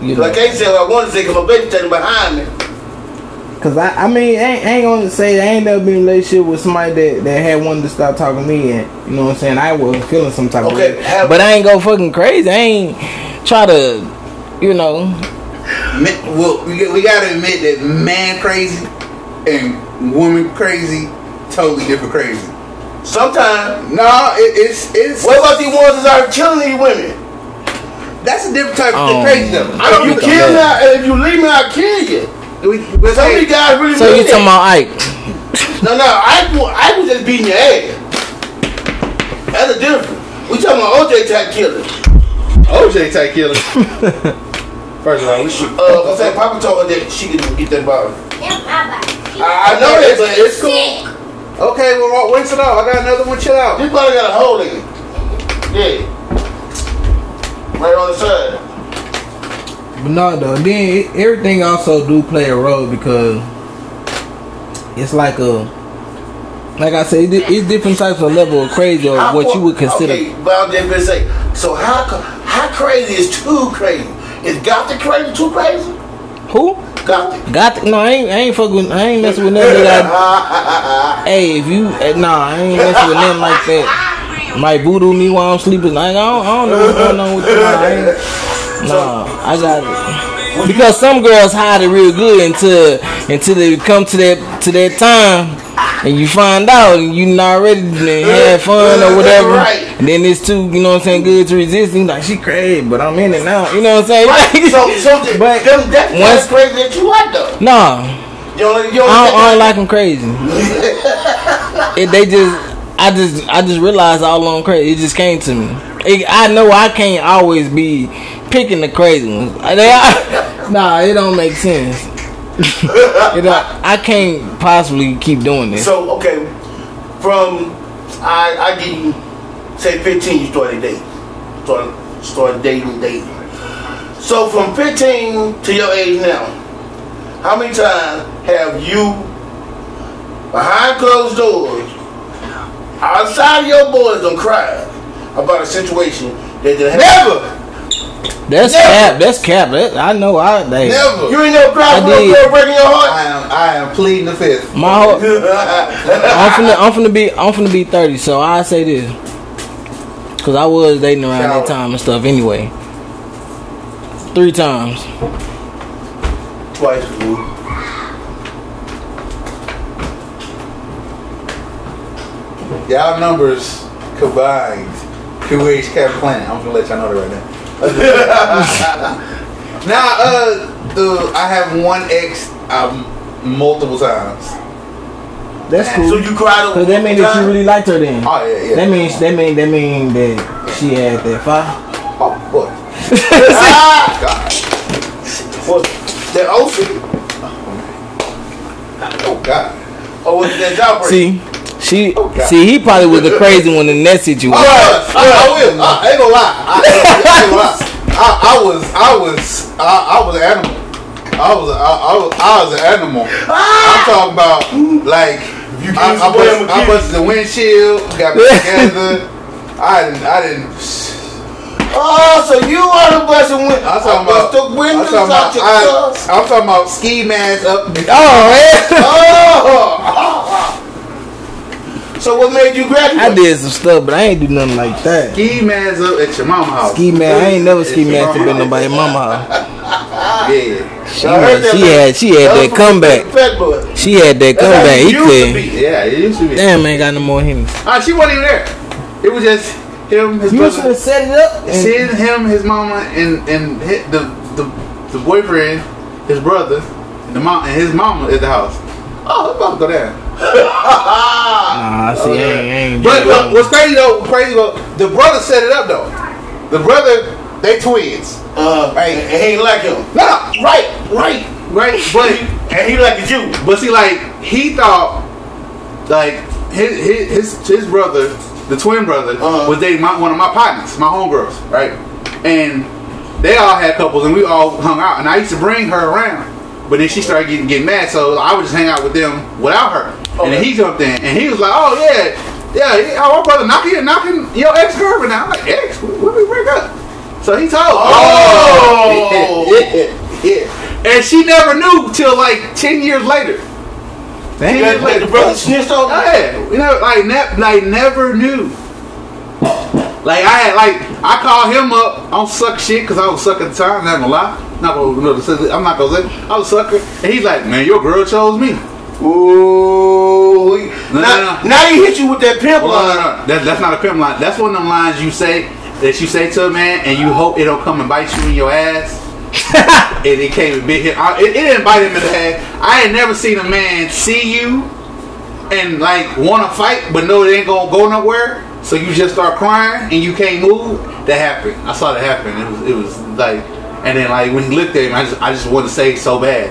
S3: you know,
S2: Like I said, what I wanted to say because my baby standing behind me.
S3: cause I, I mean I ain't, I ain't gonna say I ain't never been in a relationship with somebody that, that had wanted to stop talking to me and you know what I'm saying I was feeling some type
S2: Okay,
S3: of way.
S2: have-
S3: but I ain't go fucking crazy. I ain't try to you know
S1: Men- Well, we, we gotta admit that man crazy and woman crazy, totally different crazy.
S2: Sometimes.
S1: No, it, it's it's
S2: What about these ones that are killing these women?
S1: that's a different type of
S3: Um,
S1: crazy though.
S3: I
S2: If
S3: don't
S2: you
S3: think
S2: kill
S3: I'm
S2: me, I- if you leave me, I kill you.
S1: We, but
S2: Some of
S1: hey,
S2: these guys really.
S3: so
S2: mean
S3: you
S2: it.
S3: talking about Ike
S2: No, no, I I was just beating your ass. That's a difference. We talking about OJ type killer.
S1: OJ type killer. First of all, we should.
S2: Uh, what's that? Papa told her that she could get that bottle. I,
S4: I
S2: I know that, but it's cool.
S4: Sick.
S1: Okay, well, Ro- rinse it off. I got another one. Chill out.
S2: This bottle got a hole in it. Yeah. Right on the side.
S3: But no, though. Then it, everything also do play a role because it's like a, like I said, it, it's different types of level of crazy or
S2: How
S3: what
S2: far-
S3: you would consider.
S2: Okay, but I'm just gonna say. So how co- how crazy is too crazy? Is Gothic crazy too crazy?
S3: Who
S2: Gothic.
S3: got? The, no, I ain't. I ain't fucking. with- I ain't messing with nothing. That I, hey, if you, eh, nah, I ain't messing with nothing like that. My voodoo me while I'm sleeping. Like, I don't, I don't know what's going on with you. Nah, I, ain't- nah, I got it. Because some girls hide it real good until until they come to that to that time. And you find out and you not ready and had fun or whatever.
S2: Right.
S3: And then it's too, you know what I'm saying, good to resist. You like she crazy, but I'm in it now. You know what I'm saying?
S2: Right. so so th-
S3: But
S2: them, that's the
S3: once-
S2: kind of crazy that you like though.
S3: Nah.
S2: You don't, you don't think
S3: I don't,
S2: that-
S3: I don't like them crazy. it, they just, I just, I just realized all along crazy. It just came to me. It, I know I can't always be picking the crazy ones. They are- nah, it don't make sense. It don't- I can't possibly keep doing this.
S2: So okay, from I I give you say fifteen, you started dating, started started dating, dating. So from fifteen to your age now, how many times have you behind closed doors, outside of your boys, don't cry about a situation that done happened?
S1: Never,
S3: that's
S2: never.
S3: cap. That's cap. That, I know. I they,
S1: never.
S2: You ain't never cried
S3: I
S2: for a
S3: did.
S2: girl breaking your
S1: I
S2: heart.
S1: am. I am pleading the fifth.
S3: my whole. I'm finna, I'm finna be, I'm finna be 30. So I say this, cause I was dating around that time and stuff anyway. Three times.
S2: Twice, boo.
S1: Y'all numbers combined. QH Cap Planet. I'm gonna let y'all know that right now. Now, uh, the I have one ex um, multiple times.
S3: That's
S2: So
S3: cool.
S2: you cried over
S3: Cause that means that you really liked her then.
S1: Oh yeah, yeah.
S3: That means that mean that mean that she had that fire.
S1: Oh boy. God.
S2: What, that OC?
S1: Oh God.
S2: Or was it that job break?
S3: See, she
S1: Oh, God.
S3: see he probably was the crazy one in that situation.
S1: Oh, yeah, I, I will. I, ain't gonna lie. I, I ain't gonna lie. I, I was, I was, I, I was an animal. I was, I, I was, I was an animal. I'm talking about like
S2: Ah! You
S1: I,
S2: can't
S1: I,
S2: spoil
S1: bust,
S2: with
S1: I
S2: you.
S1: busted the windshield. Got back together. I didn't, I didn't.
S2: Oh, so you are the person when
S1: I'm talking about.
S2: took
S1: I'm
S2: windows
S1: talking
S2: out
S1: about. I,
S2: your cuss.
S1: I'm talking about ski mask up.
S3: Oh man,
S1: Oh!
S2: So what made you graduate?
S3: I did some stuff, but I ain't do nothing like that.
S1: Ski mask up at your mama's house.
S3: Ski man, I ain't never
S1: At
S3: ski
S1: your
S3: mask to
S1: mama's
S3: been nobody mama house.
S1: house. Yeah.
S3: She,
S2: I heard
S3: was-
S2: that
S3: she
S2: man.
S3: had she had that comeback.
S2: Fat boy.
S3: She had that
S1: That's how it
S3: comeback. He
S1: used to
S3: could.
S1: be. Yeah, it used to be.
S3: Damn, ain't got no more him.
S1: Uh, she wasn't even there. It was just him, his
S3: You should
S1: brother,
S3: have set it up. and-
S1: seeing him, his mama, and and hit the the the boyfriend, his brother, and the mom and his mama at the house. Oh, it's about to go down.
S3: Nah, see, I ain't, I ain't
S1: But
S3: doing
S1: what-
S3: that.
S1: what's crazy though, crazy though, the brother set it up though. The brother, they twins.
S2: Uh,
S1: Right.
S2: And he ain't like him.
S1: No, no, right, right, right. But
S2: And he like you.
S1: But see, like he thought, like his his his, his brother, the twin brother,
S2: Uh-huh.
S1: was dating my, one of my partners, my homegirls, right? And they all had couples, and we all hung out. And I used to bring her around, but then she started getting getting mad, so I would just hang out with them without her. And then
S2: Okay.
S1: he jumped in, and he was like, "Oh yeah, yeah, yeah oh, my brother knocking knocking your ex girlfriend out." I'm like, "Ex, when we break up?" So he told.
S2: Oh.
S1: yeah, yeah, yeah. And she never knew till like ten years later.
S2: You had
S3: Damn.
S2: to let the brother snitched on
S1: Oh, yeah, you know, like ne- like never knew. Like I had like I called him up on suck shit because I was suck at the time. Not gonna lie, not gonna no, this is- I'm not gonna say I was sucker, and he's like, man, your girl chose me.
S2: Ooh. he-
S1: No,
S2: now,
S1: no, no.
S2: now he hit you with that pimp
S1: Well, no,
S2: line.
S1: no, no. That, that's not a pimp line. That's one of them lines you say that you say to a man, and you hope it don't come and bite you in your ass. and it came and bit him. I, it, it didn't bite him in the ass. I ain't never seen a man see you and like want to fight, but no, it ain't gonna go nowhere. So you just start crying and you can't move. That happened. I saw that happen. It was it was like, and then like when he looked at him, I just I just wanted to say so bad.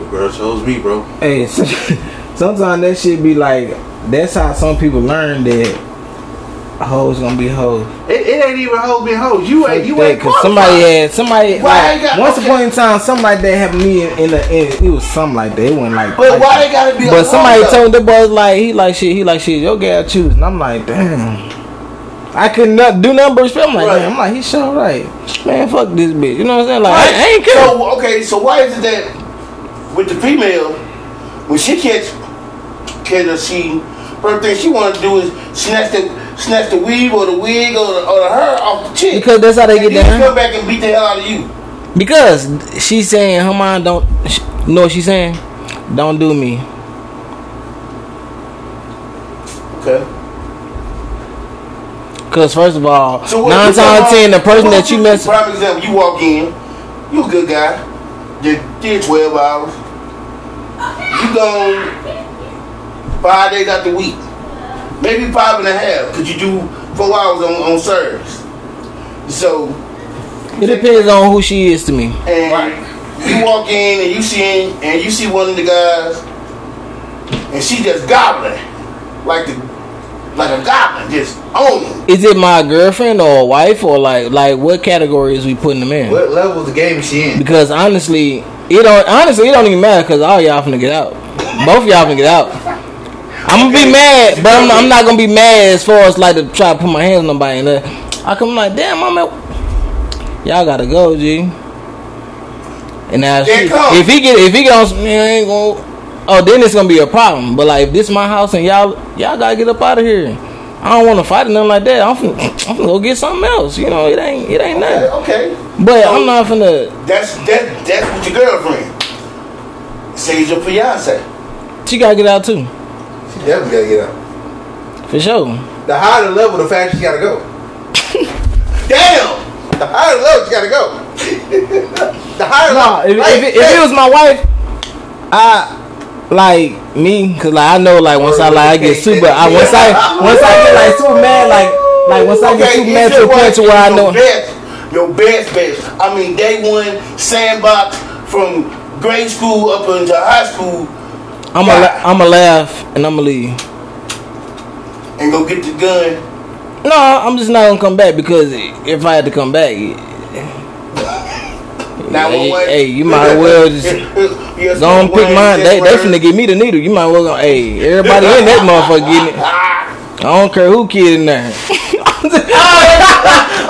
S1: The girl chose me, bro.
S3: Hey, so- sometimes that shit be like. That's how some people learn that hoes gonna be hoes.
S1: It, it ain't even hoes being hoes. You ain't you ain't
S3: Cause somebody
S1: qualified.
S3: had somebody.
S2: Why
S3: Like,
S2: they got-
S3: once
S2: okay.
S3: upon a time, somebody that happened to me in, in the end, it was something like that. It wasn't like.
S2: But
S3: like
S2: why they gotta be a
S3: But somebody
S2: woman, though?
S3: told the boy like he like shit. He like shit. Your gal choose, and I'm like, damn. I could not do nothing but respect. I'm like,
S2: Right.
S3: damn. I'm like, he sure right. Man, fuck this bitch. You know what I'm saying? Like,
S2: Right.
S3: I, I ain't care.
S2: So, okay, so why is it that with the female, when she catch catch a she, first thing she want to do is snatch the snatch the weave or the wig or the, or the hair off the chick.
S3: because that's how they get
S2: and then
S3: down.
S2: come back and beat the hell out of you.
S3: Because she's saying her mind don't. She, you know what she's saying? Don't do me.
S2: Okay.
S3: Cause first of all,
S2: what-
S3: nine times out of ten, the person that you mess.
S2: Prime example, you walk in, you a good guy, you did twelve hours, you gone five days out the week, maybe five and a half, cause you do four hours on on service. So
S3: It depends on who she is to me.
S2: and
S1: Right.
S2: you walk in and you see and you see one of the guys, and she just gobbling like the like a goblin, just on him.
S3: Is it my girlfriend or wife or like like what categories we putting them in?
S1: What level of the game is she in?
S3: Because honestly, it don't honestly it don't even matter because all y'all finna get out. Both y'all finna get out. I'm gonna be mad, but I'm, I'm not gonna be mad as far as like to try to put my hands on nobody. And uh, I come like, damn, I'm at, y'all gotta go, G. And now
S2: There
S3: she-
S2: it come.
S3: if he get if he get on, some- man, I ain't gonna. Oh, then it's gonna be a problem. But like, if this my house and y'all y'all gotta get up out of here. I don't want to fight or nothing like that. I'm finna, I'm finna go get something else. You know, it ain't it ain't nothing.
S2: Okay.
S3: But
S2: So-
S3: I'm not finna.
S2: That's that that's with your girlfriend. Say it's your fiance.
S3: She gotta get out too,
S1: She definitely gotta get out.
S3: for sure.
S1: The higher the level, the faster she gotta go.
S2: Damn!
S1: The higher the low, you gotta go. the higher the
S3: Nah,
S1: low.
S3: if, if, it- if it was my wife, I like me, cause like I know, like once I like I get super, I once I once I get like super mad, like like once I get super mad to the point to where I know.
S2: Best, your best, best. I mean, day one, sandbox from grade school up into high school,
S3: I'm gonna I'm gonna laugh and I'm gonna leave.
S2: and go get the gun.
S3: No, I'm just not gonna come back because if I had to come back,
S2: Now,
S3: hey,
S2: what-
S3: hey, you might as well just
S2: Yes,
S3: go and
S2: what-
S3: pick mine. They, they
S2: yes,
S3: finna give me the needle. You might as well go. Hey, everybody in that motherfucker getting it. I don't care who kid in there.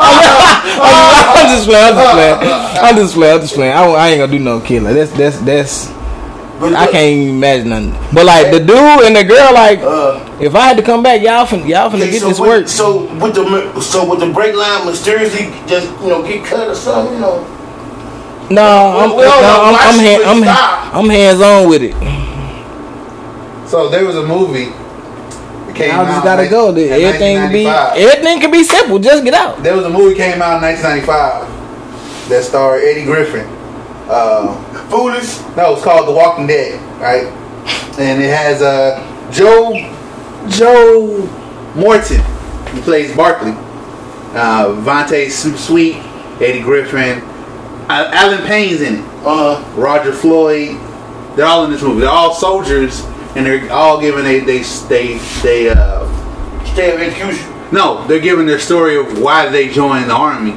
S3: I'm just- I'm just playing. I'm just playing. I'm just playing. I'm just playing. I, won't- I ain't gonna do no killing. That's that's that's.
S2: But
S3: I
S2: look,
S3: can't even imagine nothing. But like the dude and the girl, like
S2: Uh,
S3: if I had to come back, y'all finna y'all finna
S2: okay,
S3: get
S2: so
S3: this
S2: with-
S3: work.
S2: So with the so with the brake line mysteriously just you know get cut or something, you know.
S3: No, I'm,
S2: we all know
S3: no, I'm,
S2: why
S3: I'm,
S2: she
S3: hand,
S2: would
S3: I'm,
S2: stop.
S3: I'm hands on with it.
S1: So there was a movie. that Came
S3: I just
S1: out
S3: gotta
S1: in
S3: go. There, everything can be
S1: 1995.
S3: everything can be simple. Just get out.
S1: There was a movie came out in 1995 that starred Eddie Griffin. Uh,
S2: Foolish.
S1: no, it's called The Walking Dead, right? And it has uh, Joe Joe Morton. He plays Barkley. Uh, Vontae Su- Sweet, Eddie Griffin, uh, Alan Payne's in it.
S2: Uh,
S1: Roger Floyd. They're all in this movie. They're all soldiers, and they're all giving they they they they uh,
S2: stay of execution.
S1: no, they're giving their story of why they joined the army.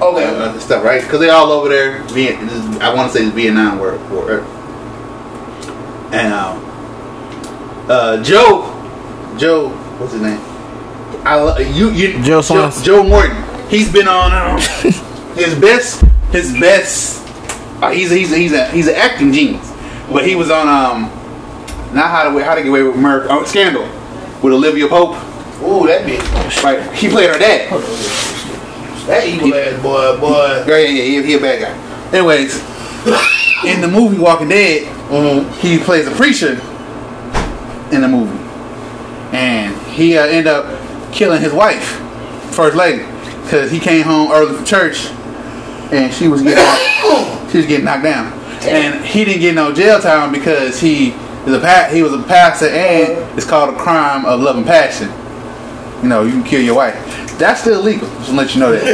S2: Okay.
S1: uh, stuff, right? Because they all over there. Viet- this is- I want to say it's Vietnam War. war. And um, uh, Joe, Joe, what's his name? I lo- you you
S3: Joe
S1: Joe,
S3: Swanson.
S1: Joe Morton. He's been on um, his best his best. Uh, he's he's he's a he's an acting genius, but he was on um not how to Wa- how to get away with murder oh, scandal with Olivia Pope.
S2: Ooh, that bitch.
S1: Right, he played her dad.
S2: That evil ass boy, boy.
S1: Yeah, yeah, yeah. He, he a bad guy. Anyways, in the movie Walking Dead, he plays a preacher in the movie, and he uh, end up killing his wife, first lady, because he came home early from church, and she was getting she was getting knocked down, and he didn't get no jail time because he is a pa- he was a pastor, and it's called a crime of love and passion. You know, you can kill your wife. That's still illegal. Just to let you know that.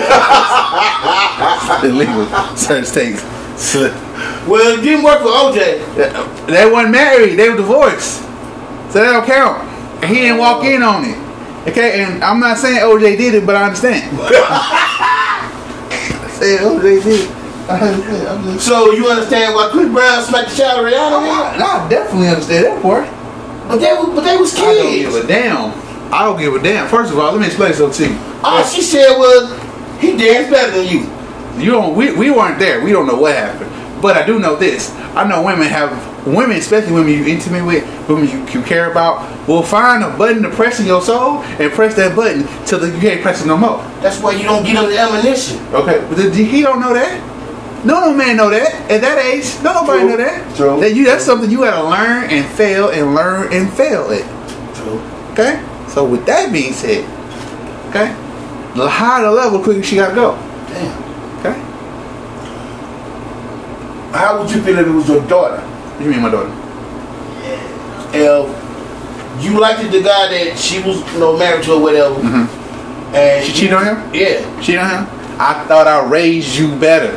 S1: It's illegal. Certain states. So-
S2: Well, it didn't work for OJ.
S1: they weren't married. They were divorced. So that don't count. And he didn't walk in on it. Okay, and I'm not saying OJ did it, but I understand. Say OJ did. it. I understand. I'm just-
S2: So you understand why Chris Brown smacked the shot of Rihanna?
S1: I- I definitely understand that part.
S2: But they was, but they was
S1: I don't give a
S2: kids.
S1: damn. I don't give a damn. First of all, let me explain something to you.
S2: All she said was, he danced better than you.
S1: You don't. We, we weren't there. We don't know what happened. But I do know this. I know women have women, especially women you intimate with, women you, you care about, will find a button to press in your soul and press that button till the, you can't press it no more.
S2: That's why you don't get him the ammunition.
S1: Okay. But the, he don't know that. No, no man know that. At that age, no nobody
S2: True.
S1: know that.
S2: True.
S1: That you that's something you gotta learn and fail and learn and fail it. Okay. So with that being said, okay, the higher the level, the quicker she gotta go.
S2: Damn.
S1: Okay.
S2: How would you feel if it was your daughter?
S1: What do you mean, my daughter?
S2: If you liked the guy that she was, you know, married to or whatever,
S1: Mhm.
S2: and
S1: She cheated on him.
S2: Yeah.
S1: She know him. I thought I raised you better.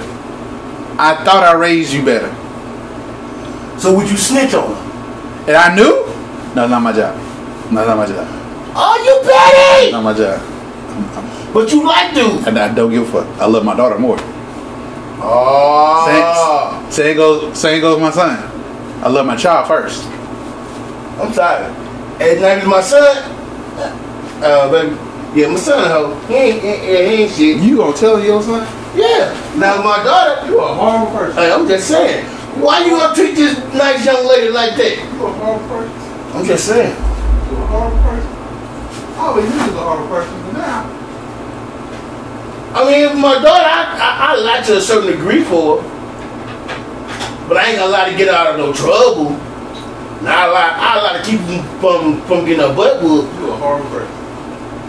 S1: I thought I raised you better.
S2: So would you snitch on her?
S1: And I knew? No, not my job. No, not my job.
S2: Oh, you petty!
S1: Not my job.
S2: But you like dude.
S1: And I don't give a fuck. I love my daughter more.
S2: Oh.
S1: Same, same goes same goes with my son. I love my child first.
S2: I'm sorry. And now he's my son. Uh, baby. Yeah, my son, hoe. He ain't, he ain't, he ain't shit.
S1: You gonna tell your son?
S2: Yeah. Now my daughter,
S1: You a horrible person.
S2: hey, I'm just saying. Why you gonna treat this nice young lady like that?
S1: You a horrible person.
S2: I'm just saying.
S1: You a horrible person. Always you was a horrible person, but now
S2: I mean, my daughter, I, I, I lie to a certain degree for her, but I ain't gonna lie to get her out of no trouble. And I lie, I lie to keep her from from getting her butt whooped.
S1: you a horrible person.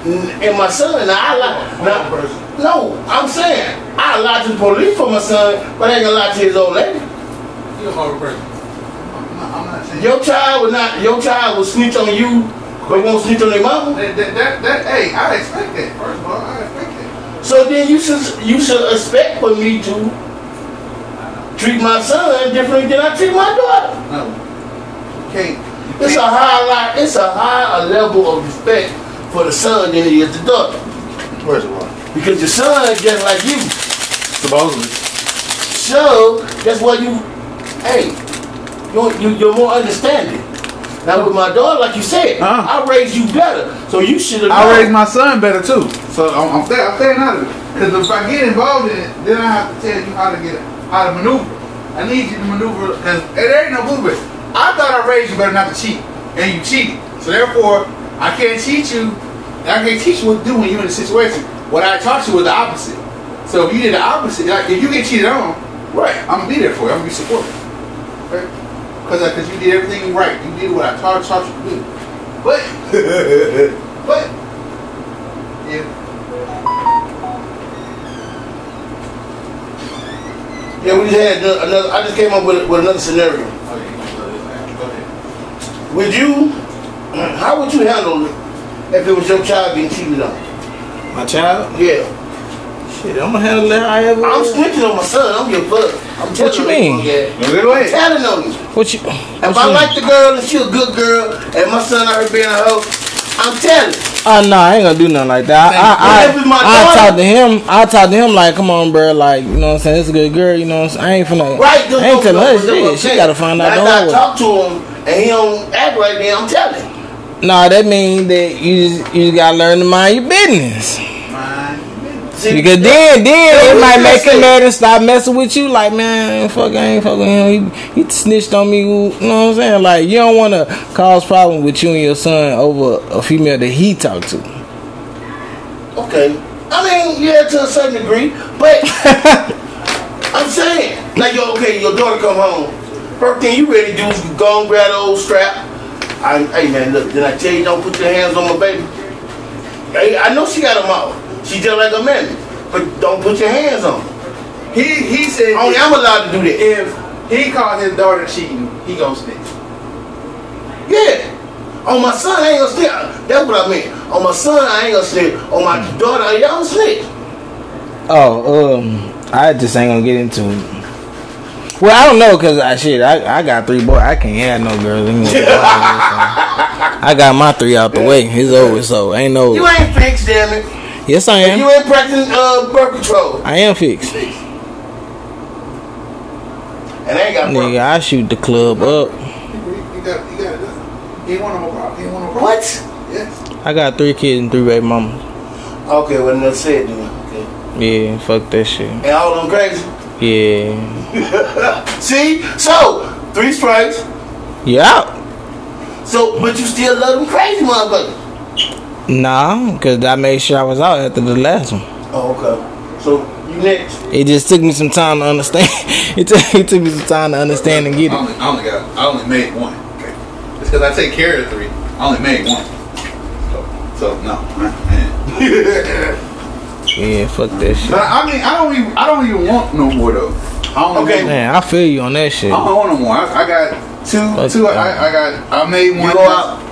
S2: And and my son, now I lie, now,
S1: person.
S2: No, I'm saying I lied to the police for my son, but I ain't gonna lie to his old lady.
S1: You a horrible person. I'm not, I'm not saying.
S2: Your child would not. Your child will snitch on you, but won't snitch on their mama.
S1: That, that, that, that, hey, I expect that. First of all, I expect that.
S2: So then you should you should expect for me to treat my son differently than I treat my daughter.
S1: No. You can't. You
S2: It's a
S1: can't.
S2: high li It's a higher level of respect for the son than it is the daughter.
S6: Where's the one?
S2: Because your son is just like you.
S6: Supposedly.
S2: So that's why you, hey, you, you you're more understanding. Now with my daughter, like you said,
S1: Uh-huh.
S2: I raised you better, so you should have.
S1: I raised my son better too, so I'm, I'm, stay, I'm staying out of it. Because if I get involved in it, then I have to tell you how to get how to maneuver. I need you to maneuver because there ain't no blueberry. I thought I raised you better not to cheat, and you cheated. So therefore, I can't teach you. and I can't teach you what to do when you're in a situation. What I taught you was the opposite. So if you did the opposite, like if you get cheated on, right, I'm gonna be there for you. I'm gonna be supportive. Because because you did everything right. You did what I taught taught you to do. But but if
S2: Yeah, we just had the- another. I just came up with, with another scenario.
S1: okay, go ahead.
S2: Would you? How would you handle it if it was your child getting cheated on?
S3: My child?
S2: Yeah,
S3: Shit, I'm gonna handle that however.
S2: I'm snitching on my son. I'm your fuck. I'm telling
S3: What you
S2: on you,
S3: mean?
S2: Yeah.
S1: No, go
S2: I'm
S1: ahead.
S2: telling on you.
S3: What you?
S2: If I like the girl and she a good girl, and my son out here being a hoe, I'm telling.
S3: Uh, no, I ain't gonna do nothing like that. I,
S2: Thank you.
S3: I,
S2: If it's my
S3: I, I
S2: daughter-
S3: talk to him. I talk to him like, come on, bro. Like, you know what I'm saying? It's a good girl. You know what I'm saying? I ain't finna.
S2: Right,
S3: I ain't telling her shit. She gotta find out the
S2: I
S3: hard way.
S2: talk to him and he don't act right, then I'm telling.
S3: Nah, that means that you just, you just gotta learn to mind your business.
S2: See,
S3: Because then, then
S2: Yeah,
S3: it might
S2: we
S3: make
S2: just
S3: him
S2: said-
S3: mad and stop messing with you. Like, man, fuck, I ain't fucking him. He, he snitched on me. You know what I'm saying? Like, you don't want to cause problem with you and your son over a female that he talked to.
S2: okay. I mean, yeah, to a certain degree, but I'm saying, like, yo, okay, your daughter come home. First thing you ready to do is you go and grab the old strap. I, hey man, look, did I tell you don't put your hands on my baby? Hey, I know she got a mouth. She just like a man, but don't put your hands on her.
S1: He he said
S2: Only I'm allowed to do that.
S1: if he caught his daughter cheating, he gonna snitch.
S2: Yeah. On my son, I ain't gonna snitch. That's what I mean. On my son, I ain't gonna snitch. On my
S1: Hmm.
S2: daughter, I ain't gonna snitch.
S3: Oh, um, I just ain't gonna get into it. Well, I don't know because I shit, I, I got three boys. I can't have no girls. anymore. I got my three out the way. It's over, so ain't
S2: You
S3: no.
S2: ain't fixed, damn it.
S3: Yes, I
S2: You
S3: am.
S2: ain't practicing uh, birth control.
S3: I am fixed.
S2: And I ain't got
S3: Nigga, I shoot the club up.
S1: You got you got it. He ain't want no more problems. He ain't want no problems.
S2: birth- What?
S1: Yes.
S3: I got three kids and three baby mamas.
S2: Okay, well, enough said then. Okay.
S3: Yeah, fuck that shit.
S2: And all them crazy.
S3: Yeah.
S2: See? So, three strikes.
S3: Yeah.
S2: So, but you still love them crazy motherfuckers.
S3: Nah, because I made sure I was out after the last one.
S2: Oh, okay. So, you next.
S3: It just took me some time to understand. it, took, it took me some time to understand and get
S1: I
S3: it.
S1: only, I only got I only made one. Okay. It's because I take care of three. I only made one. So, so no.
S3: Yeah, fuck that shit.
S1: But I mean, I don't even I don't even want no more though. I don't
S2: Okay.
S1: want no
S3: Man, I feel you on that shit. Uh,
S1: I don't want no more. I, I got two,
S3: Fuck
S1: two.
S3: that.
S1: I, I got. I made one.
S2: You go out.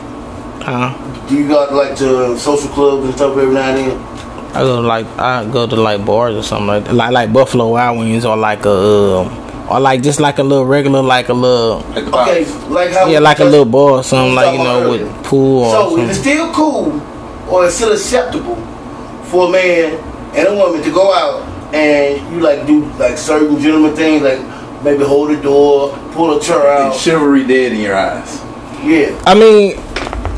S3: Huh?
S2: Do you go out like to social clubs and stuff every now and then?
S3: I go to like I go to like bars or something like that. like like Buffalo Wild Wings or like a um, or like just like a little regular like a little
S1: At the
S2: Okay,
S1: box.
S2: like how
S3: yeah like a little bar or something like you know with pool or
S2: So
S3: something.
S2: it's still cool or it's still acceptable for a man and a woman to go out and you like do like certain gentleman things like maybe hold the door, pull a chair
S1: It's
S2: out.
S1: Chivalry dead in your eyes.
S2: Yeah.
S3: I mean,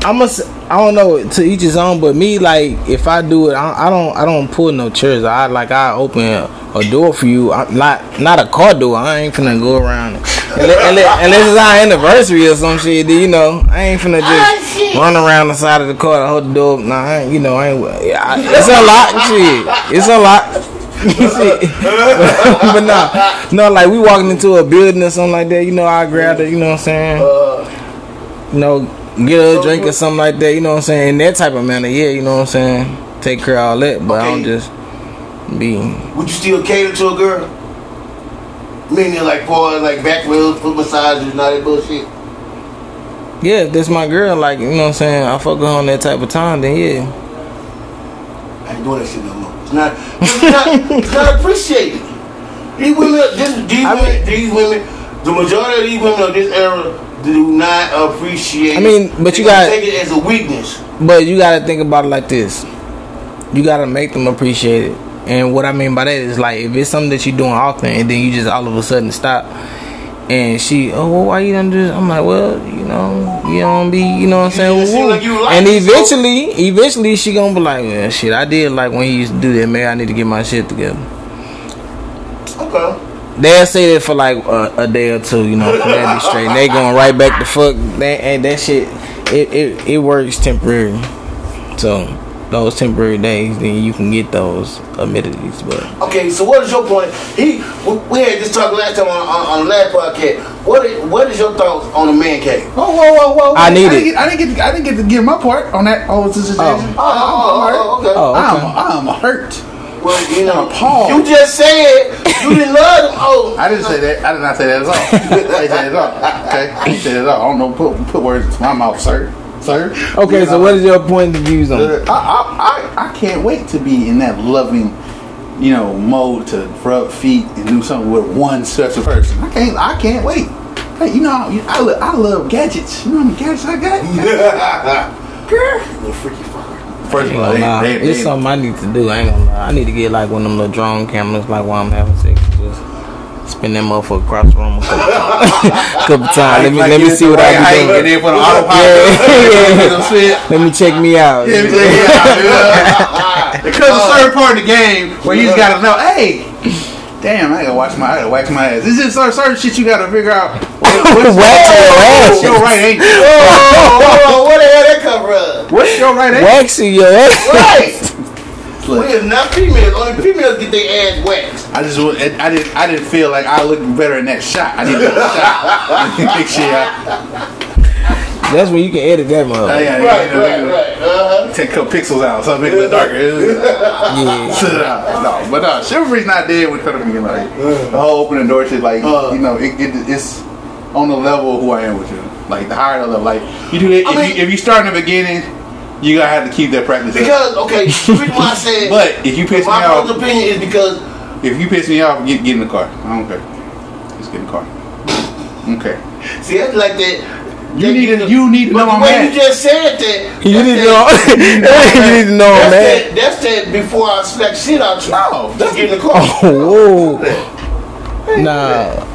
S3: I'm a, I don't know to each his own, but me like if I do it, I, I don't I don't pull no chairs. I like I open a, a door for you, I, not not a car door. I ain't finna go around. Unless, unless, unless it's our anniversary or some shit, then, you know, I ain't finna just run around the side of the car to hold the door. Nah, I ain't, you know, I ain't. I, it's a lot, shit. It's a lot. Shit. but nah, no, like we walking into a building or something like that. You know, I grab it. You know what I'm saying?
S2: Uh,
S3: you know, get her a drink or something like that, you know what I'm saying? In that type of manner, yeah, you know what I'm saying? Take care of all that, but I don't
S2: Okay.
S3: just Be
S2: Would you still cater to a girl? Meaning like boy, like back ribs, foot massages, and all that bullshit.
S3: yeah, if that's my girl. Like you know what I'm saying. I fuck her on that type of time. Then yeah,
S2: I ain't doing that shit no more. It's not, it's not, it's not appreciated. These women, this, these,
S3: I
S2: women
S3: mean-
S2: these women, the majority of these women of this era do not appreciate.
S3: I mean, but
S2: They
S3: you
S2: gonna
S3: got-
S2: take it as a weakness.
S3: but you gotta think about it like this. You gotta make them appreciate it. And what I mean by that is like if it's something that you're doing often and then you just all of a sudden stop. And she, oh, well, why you don't do this? I'm like, well, you know, you don't be, you know what I'm saying?
S2: You just seem
S3: woo-woo."
S2: like you like
S3: and
S2: it, so-
S3: eventually, eventually, she gonna be like, well, shit, I did like when he used to do that. Maybe I need to get my shit together.
S2: Okay.
S3: They'll say that for like a, a day or two, you know, for that be straight. And they going right back to fuck that and that shit. It, it it works temporary. So those temporary days, then you can get those amenities. But
S2: Okay, so what is your point? He, we, we had this talk last time on, on, on the last podcast. What is, what is your thoughts on the man cave?
S1: Whoa, whoa, whoa, whoa!
S3: I need
S1: I
S3: it.
S1: Didn't get, I didn't get. To, I didn't get to give my part on that. Oh, this is
S3: Oh.
S1: I'm-
S2: Oh,
S1: I'm hurt.
S2: oh, oh, okay.
S3: Oh.
S1: I'm, I'm hurt.
S2: Well, you know,
S1: Paul.
S2: you just said you didn't love him. Oh,
S1: I didn't say that. I did not say that at all. I didn't say that at all. Okay, I didn't say that at all. I don't know. Put put words in my mouth, sir. Sir.
S3: okay,
S1: You
S3: so
S1: know,
S3: what is your point of views on? it?
S1: I, I, I, I can't wait to be in that loving, you know, mode to rub feet and do something with one special person. I can't. I can't wait. Hey, you know, I, I, lo- I love gadgets. You know how many gadgets I got? Girl.
S2: you freaky fucker.
S6: First of
S3: I ain't
S6: all,
S3: gonna lie.
S6: they, they,
S3: It's
S6: they,
S3: something I need to do. I ain't gonna lie. I need to get like one of them little drone cameras, like while I'm having sex. Just spin that motherfucker across the room a couple times. couple times. Let me
S1: Like,
S3: let me
S1: get
S3: see
S1: it
S3: what
S1: the
S3: I
S1: right height
S3: be doing.
S1: And then put an autopilot.
S3: Yeah,
S1: Some shit.
S3: yeah. Let me check me out.
S1: Yeah, yeah. Because a certain part of the game where you just gotta know, hey, damn, I gotta watch my, I gotta wax my ass. This is certain, certain shit you gotta figure out. What, what's,
S3: Wax
S1: what's
S3: your
S1: your
S3: ass.
S1: right angle?
S2: Oh, what the hell that cover up?
S1: What's your right angle?
S3: Waxing your ass.
S2: Right. we are not females. Only females get their ass waxed.
S1: I just, wa- I didn't, I didn't feel like I looked better in that shot. I didn't shot. Big shit. I,
S3: That's when you can edit that
S1: I,
S3: mother.
S1: I,
S2: Right, right, right. Uh huh.
S1: Take a couple pixels out, so I make it look darker.
S3: Yeah.
S1: Sit it out. No, but uh, chivalry's not dead with cuddling. You know, like, the whole opening door shit. Like
S2: Uh.
S1: you know, it, it it's on the level of who I am with you. Like the higher the level. Like you do it
S2: I
S1: if,
S2: mean-
S1: you, if you start in the beginning, you gotta have to keep that practice. up.
S2: Because okay, the reason why I said
S1: but if you piss me
S2: my
S1: off,
S2: personal opinion is because
S1: if you piss me off, get get in the car. I don't care. Just get in the car. Okay.
S2: see that's like that.
S1: You
S2: that
S1: need to you need to know
S2: But
S1: I'm
S2: the way you
S1: mad.
S2: just said that,
S3: You
S2: that's
S3: need to
S2: that-
S3: know. You need to know,
S2: that's That,
S3: man.
S2: that's that before I slack shit out you.
S1: No,
S2: Just
S1: that's-
S2: get in the car.
S3: Oh, whoa. Nah.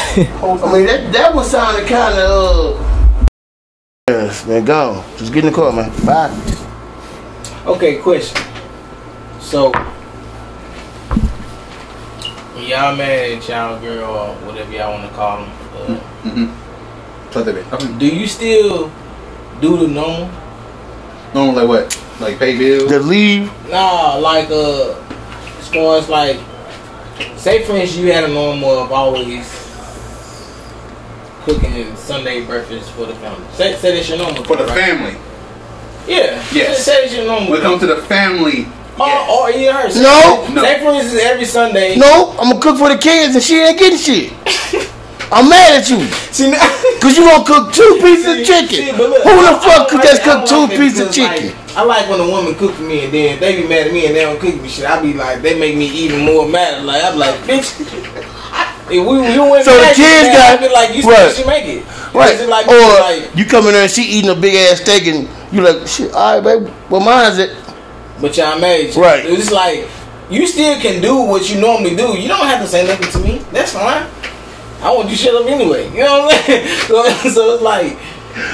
S2: I mean, that that was sounding kind of. Uh, yes, man, go. Just get in the car, man. Bye.
S3: Okay, question. So, when y'all mad at y'all girl or whatever y'all want to call them, uh,
S1: Plug Mm-hmm. that bitch. Okay.
S3: do you still do the normal?
S1: Normal like what? Like pay bills.
S2: Just leave.
S3: Nah, like uh, as far as like, say for instance, you had a normal of always cooking Sunday breakfast for the family. Say, say that's your normal
S1: For the
S3: right?
S1: family.
S3: Yeah.
S1: Yes.
S3: Say, say that's your normal.
S1: When it comes to the family.
S3: Or, or even her. oh, Say-
S2: No.
S1: No.
S3: Say for instance, every Sunday.
S2: No, I'm gonna cook for the kids, and she ain't getting shit. I'm mad at you,
S3: See, now-
S2: cause you gonna cook two pieces of
S3: See,
S2: chicken.
S3: but look,
S2: Who
S3: I-
S2: the
S3: I
S2: fuck
S3: don't
S2: could
S3: like
S2: just
S3: it. I
S2: cook
S3: don't
S2: two
S3: like it
S2: pieces of
S3: because, like,
S2: chicken?
S3: I like when a woman cook for me and then they be mad at me and they don't cook me shit. I be like, they make me even more mad. Like I'm like, bitch. If we, we went
S2: So the
S3: back,
S2: kids
S3: man,
S2: got-
S3: I be like, you
S2: right.
S3: right. she make it. 'Cause
S2: Right.
S3: it's Like,
S2: or
S3: like,
S2: you come in there and she eating a big ass steak and you like, shit, all right, babe. Well, mine's it.
S3: but y'all made you.
S2: Right.
S3: It's like you still can do what you normally do. You don't have to say nothing to me. That's fine. I want you shut up anyway. You know what I'm saying? So, so it's like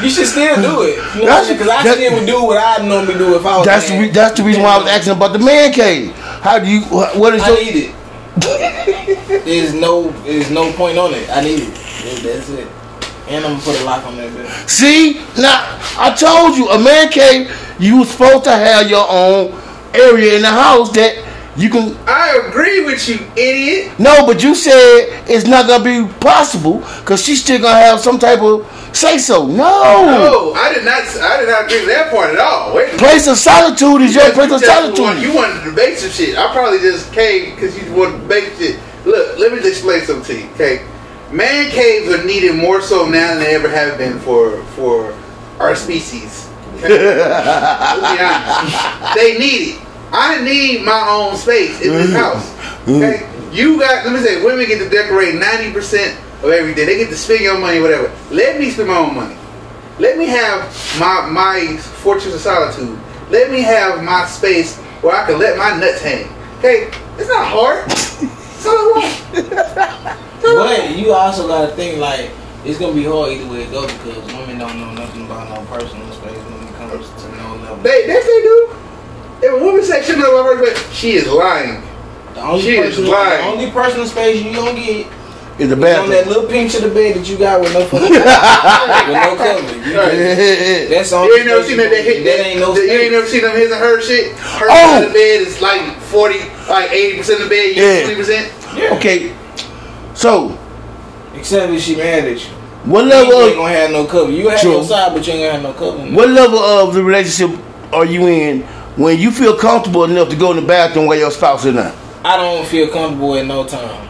S3: you should still do it. You know
S2: That's-
S3: because I
S2: that-
S3: still would do what I normally do if I was.
S2: That's the
S3: mad.
S2: re- that's the reason why I was asking about the man cave. How do you? wh- What is
S3: I
S2: your?
S3: need it. there's no there's no point on it. I need it. That- That's it. And I'm gonna put a lock on that bitch.
S2: See, now I told you, a man cave. You was supposed to have your own area in the house that You can
S7: I agree with you, idiot.
S2: no, but you said it's not gonna be possible because she's still gonna have some type of say so. No,
S7: No, I did not. I did not agree with that part at all. Wait, a minute.
S2: place of solitude is your place of
S7: You just want-
S2: solitude.
S7: You wanted to debate some shit. I probably just caved because you wanted to debate shit. Look, let me just explain something to you. Okay, man caves are needed more so now than they ever have been for for our species. Okay? Let's be honest. They need it. I need my own space in this house. Okay? You got, let me say, women get to decorate 90% of everything. They get to spend your money, whatever. Let me spend my own money. Let me have my my fortress of solitude. Let me have my space where I can let my nuts hang. Okay? It's not hard. It's all I want.
S3: But you also gotta think like it's gonna be hard either way it goes because women don't know nothing about no personal space when it comes to no level.
S7: They, yes, they do. If a woman says she knows my first place, she is lying.
S3: The only
S7: She is
S3: personal,
S7: lying.
S3: the only personal space you gonna get
S2: It's
S3: is
S2: a
S3: on that
S2: bathroom.
S3: little pinch of the bed that you got with no fucking with no cover. You- That's the only.
S7: You ain't never
S3: space
S7: seen
S3: gonna
S7: that. That,
S3: get.
S7: hit, that,
S3: That ain't no.
S7: You ain't
S3: space.
S7: never seen them his and her shit. Her
S2: Oh!
S7: side of the bed is like forty, like eighty percent of the bed. You
S2: Yeah.
S7: twenty percent.
S2: Okay, so
S3: Except if she mad at you.
S2: what
S3: You
S2: level
S3: ain't
S2: of
S3: gonna have no cover. You have
S2: True.
S3: your side, but you ain't gonna have no cover.
S2: what level of the relationship are you in when you feel comfortable enough to go in the bathroom while your spouse is not?
S3: I don't feel comfortable at no time.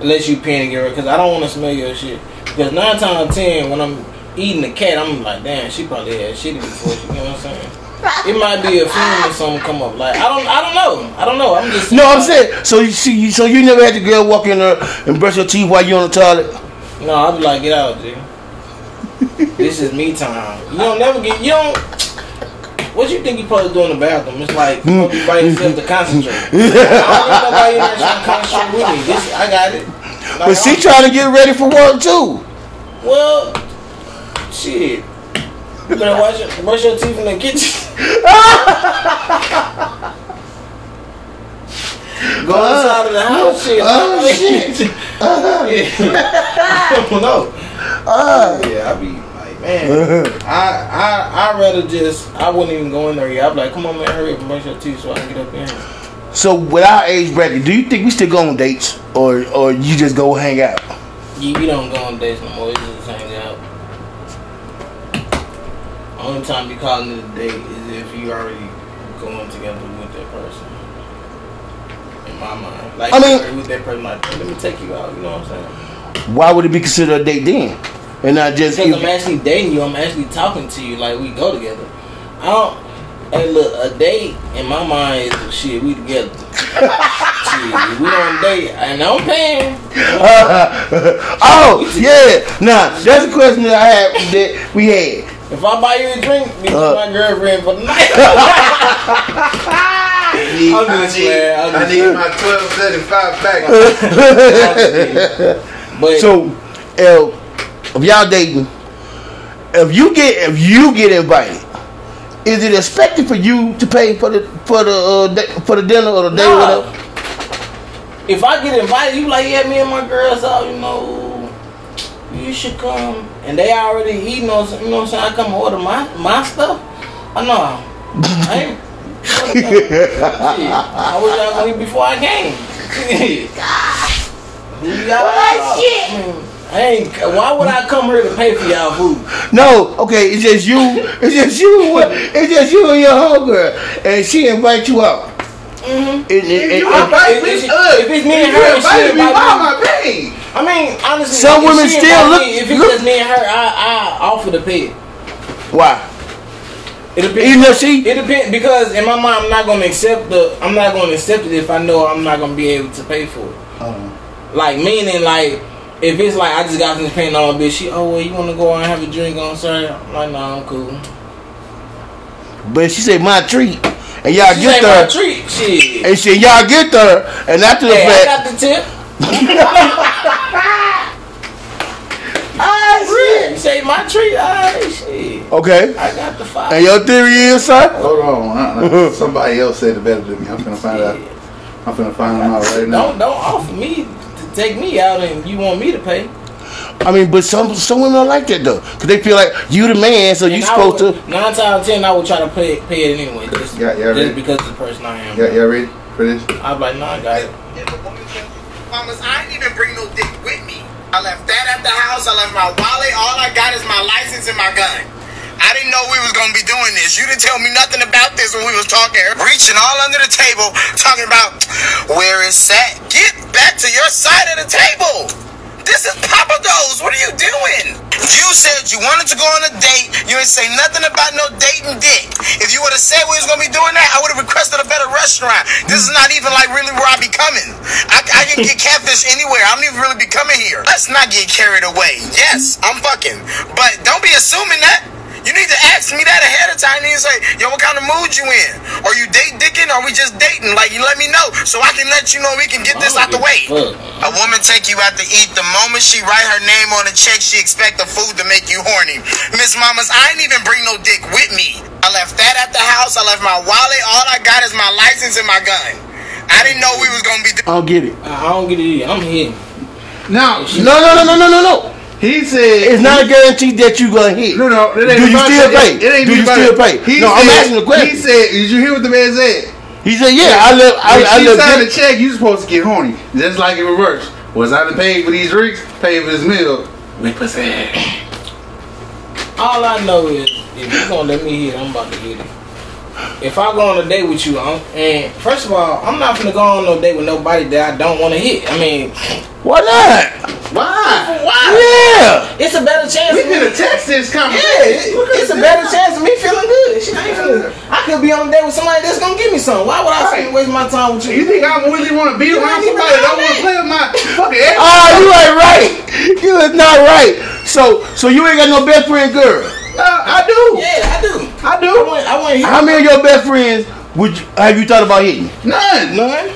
S3: Unless you panic, girl, because I don't want to smell your shit. Because nine times out of ten, when I'm eating a cat, I'm like, damn, she probably had shit before. She, you know what I'm saying? It might be a fume or something come up. Like I don't, I don't know. I don't know. I'm just
S2: No, I'm saying so. You see, you, so you never had the girl walk in there and brush your teeth while you on the toilet.
S3: No, I'd be like, get out, G. this is me time. You don't never get. You don't. What you think you supposed to do in the bathroom? It's like supposed to be by yourself to concentrate. I don't need nobody in there trying to concentrate with me. This, I got it. Like,
S2: But she
S3: I'm-
S2: trying to get ready for work too.
S3: Well, shit. You better wash your, brush your teeth in the kitchen. Go outside of the house, shit.
S2: Oh shit!
S3: I don't know. yeah, I be like, man, I I I rather just I wouldn't even go in there yet. I'd be like, come on, man, hurry up and brush your teeth so I can get up in here.
S2: So with our age bracket, do you think we still go on dates or or you just go hang out?
S3: You, you don't go on dates no more. You just hang out. Only time you calling it a date is if you already going together with that person. In my mind, like
S2: I
S3: you
S2: mean-
S3: already with that person, like let me take you out. You know what I'm saying?
S2: Why would it be considered a date then? And not just
S3: Because I'm actually dating you. I'm actually talking to you. Like we go together. I don't. Hey, look, a date in my mind is shit. We together. shit, we don't date, and I'm paying.
S2: oh yeah. Nah, that's a question that I had that we had.
S3: If I buy you a drink, be
S2: Uh.
S3: my girlfriend for the night.
S7: I need,
S3: I'm just playing, I'm
S7: I
S3: just-
S7: need my twelve seventy five
S2: Uh,
S7: back.
S3: but
S2: So if, if y'all dating, if you get if you get invited, is it expected for you to pay for the for the uh, da- for the dinner or the date or
S3: Nah.
S2: whatever?
S3: if I get invited, you like, yeah, me and my girls out, you know, you should come. And they already eating on, some- you know what I'm saying? I come order my, my stuff. I know. I ain't. Shit, I wish y'all gonna eat before I came. you got shit. I ain't, why would I come here to pay for y'all food?
S2: No, okay, it's just you. It's just you. and- It's just you and your homegirl, and she invite you out. And- and-
S7: If you
S2: and-
S7: invite
S3: if
S7: me,
S3: it's-
S7: up,
S3: if it's me and
S7: you
S3: her, she
S7: invited me.
S3: invite
S7: Why am I paying?
S3: I mean, honestly,
S2: Some
S3: if
S2: women
S3: she
S2: still
S3: invite
S2: look-
S3: Me, if it's
S2: look-
S3: just me and her, I I offer to pay. it.
S2: why?
S3: It depends.
S2: Even though she,
S3: It depends because in my mind, I'm not gonna accept the. I'm not gonna accept it if I know I'm not gonna be able to pay for it.
S2: Oh.
S3: Like meaning, like if it's like I just got this paint on, bitch. She, oh well, you wanna go out and have a drink on Saturday? I'm like, nah, I'm cool.
S2: but she said my treat, and y'all
S3: She
S2: get
S3: ain't my
S2: there,
S3: treat, shit.
S2: and she y'all get there, and after the
S3: Hey, I
S2: fact,
S3: got the tip.
S2: ah
S3: Shit, She ain't my treat. Alright, shit.
S2: Okay,
S3: I got the five.
S2: and your theory is, sir,
S7: Hold on, uh, uh, somebody else said it better than me. I'm finna find out. I'm finna find out right now.
S3: Don't don't offer me to take me out and you want me to pay.
S2: I mean, but some some women are like that though, cause they feel like you the man, so you
S3: And I
S2: supposed
S3: would-
S2: to.
S3: Nine times out of ten, I would try to pay it, pay it anyway, just,
S7: Yeah, yeah,
S3: just
S7: right.
S3: because of the person I am.
S7: Yeah, yeah, ready for this?
S3: I'd be like, nah, I got it.
S8: If a woman says, Mamas, I didn't even bring no dick with me. I left that at the house. I left my wallet. All I got is my license and my gun. I didn't know we was gonna be doing this. You didn't tell me nothing about this when we was talking. Reaching all under the table, talking about where it's at. Get back to your side of the table. This is Papa Do's. What are you doing? You said you wanted to go on a date. You didn't say nothing about no dating dick. If you would have said we was gonna be doing that, I would have requested a better restaurant. This is not even like really where I be coming. I, I can get catfish anywhere. I don't even really be coming here. Let's not get carried away. Yes, I'm fucking, but don't be assuming that. You need to ask me that ahead of time. You need to say, yo, what kind of mood you in? Are you date dicking? Are we just dating? Like, you let me know so I can let you know we can get this out the way. A woman take you out to eat the moment she write her name on a check, she expect the food to make you horny. Miss Mamas, I ain't even bring no dick with me. I left that at the house. I left my wallet. All I got is my license and my gun. I didn't know we was gonna be.
S2: I don't get it.
S3: I I don't get it either. I'm hitting.
S1: Now,
S2: No, no, no, no, no, no, no.
S1: he said.
S2: It's not a guarantee that you gonna hit.
S1: No, no, it ain't
S2: Do you
S1: about
S2: still
S1: that.
S2: pay?
S1: It ain't
S2: Do you
S1: about
S2: still
S1: that.
S2: pay?
S1: He
S2: No, I'm
S1: said-
S2: asking the question.
S1: He said, "Did you hear what the man said?
S2: He said, "Yeah, I love, I,
S1: If
S2: I
S1: she
S2: love."
S1: signed
S2: dick.
S1: a check, you supposed to get horny, just like in reverse. Was I to pay for these drinks? Pay for this meal? We pussy.
S3: All I know is if you're gonna let me hit, I'm about to hit it. If I go on a date with you, I'm, and first of all, I'm not gonna go on no date with nobody that I don't want to hit. I mean,
S2: Why not?
S1: Why?
S3: why?
S2: Yeah.
S3: It's a better chance.
S1: We
S3: of me-
S1: could have text this
S3: Yeah,
S1: conversation. We
S3: it-
S1: could've
S3: it's a
S1: text
S3: better
S1: it.
S3: chance of me feeling good. Shit, I, ain't feeling good. I could be on a date with somebody that's gonna give me something. Why would I
S1: Right.
S3: spend waste my time with
S1: You
S3: you?
S1: think I really want to be around
S3: ain't even
S1: somebody that
S3: on
S1: want to
S3: it.
S1: play with my fucking ass?
S2: Oh, you ain't right. You is not right. So, so you ain't got no best friend girl.
S1: No, I do.
S3: Yeah, I do.
S1: I
S3: I
S1: do.
S3: want. I want to hit
S2: How many of your best friends would you, have you thought about hitting?
S1: None.
S3: none.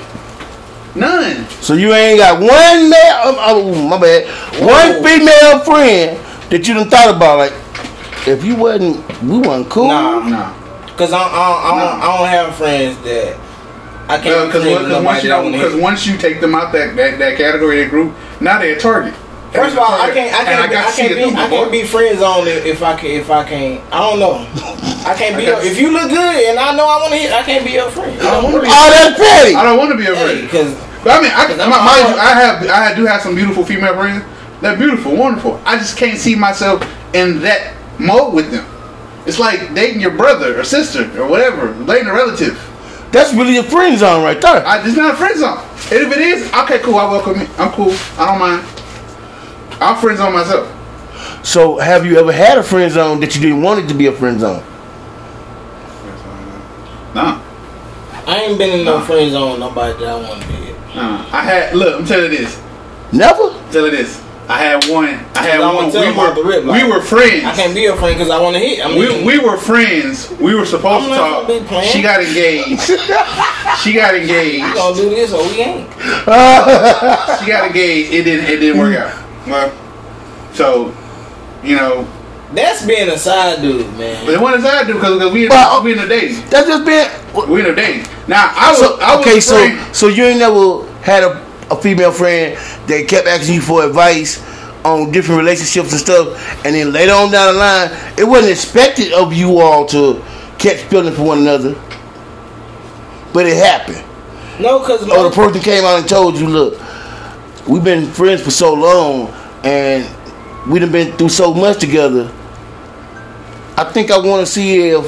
S1: None.
S2: So you ain't got one male. Um, oh, my bad. One female friend that you done thought about. Like, if you wasn't, we wasn't cool.
S3: Nah.
S1: No.
S3: Cause I don't, I don't, I don't, I don't have friends that I can't.
S1: Because
S3: create with
S1: once,
S3: nobody
S1: you
S3: that I
S1: don't-
S3: wanna
S1: Uh, 'cause
S3: hit.
S1: once you take them out that, that, that category, that group, now they're a target.
S3: First of all, I can't, I
S1: And
S3: can't, be,
S1: got
S3: I
S1: shit
S3: can't
S1: to
S3: be,
S1: do,
S3: I
S1: boy.
S3: can't be friends on it if I can, if I can't. I don't know. I can't be.
S1: I got
S3: your- if you look good and I know I want to hit, I can't be your friend.
S1: I don't wanna be-
S2: Oh, that's petty.
S1: I don't want to be a friend.
S3: because
S1: But I mean, I,
S3: Cause
S1: my, mind
S3: I'm- I'm-
S1: you, I have, I do have some beautiful female friends. They're beautiful, wonderful. I just can't see myself in that mode with them. It's like dating your brother or sister or whatever, dating a relative.
S2: That's really a friend zone right there.
S1: I, it's not a friend zone. And if it is, okay, cool. I welcome it. I'm cool. I don't mind. I'm friends on myself.
S2: So, have you ever had a friend zone that you didn't want it to be a friend zone?
S1: Nah,
S3: I ain't been in no friend zone with nobody that I want to be. in.
S1: nah. Uh, I had look. I'm telling you this.
S2: Never.
S1: I'm telling you this. I had one. I had
S3: I'ma
S1: one.
S3: tell
S1: We
S3: him off the
S1: were,
S3: rip,
S1: we
S3: like-
S1: were friends.
S3: I can't be your friend because I want to hit. I
S1: We,
S3: mean,
S1: we were friends. We were supposed
S3: I'm
S1: to
S3: not
S1: talk.
S3: gonna be playing.
S1: She got engaged. she got engaged.
S3: we gonna do this or we ain't.
S1: She got engaged. It didn't. It didn't work out. Well, so you know,
S3: That's being a side dude,
S1: but
S3: man.
S1: what does that do? Because we in,
S2: Well-
S1: we in a dating.
S2: That's just been.
S1: We in a dating. Now I was.
S2: So,
S1: I was
S2: okay, so
S1: afraid-
S2: so you ain't never had a, a female friend that kept asking you for advice on different relationships and stuff, and then later on down the line, it wasn't expected of you all to catch feelings for one another, but it happened.
S3: No, because
S1: Oh,
S2: Or the person came out and told you, "Look, we've been friends for so long, and we done been through so much together. I think I want to see if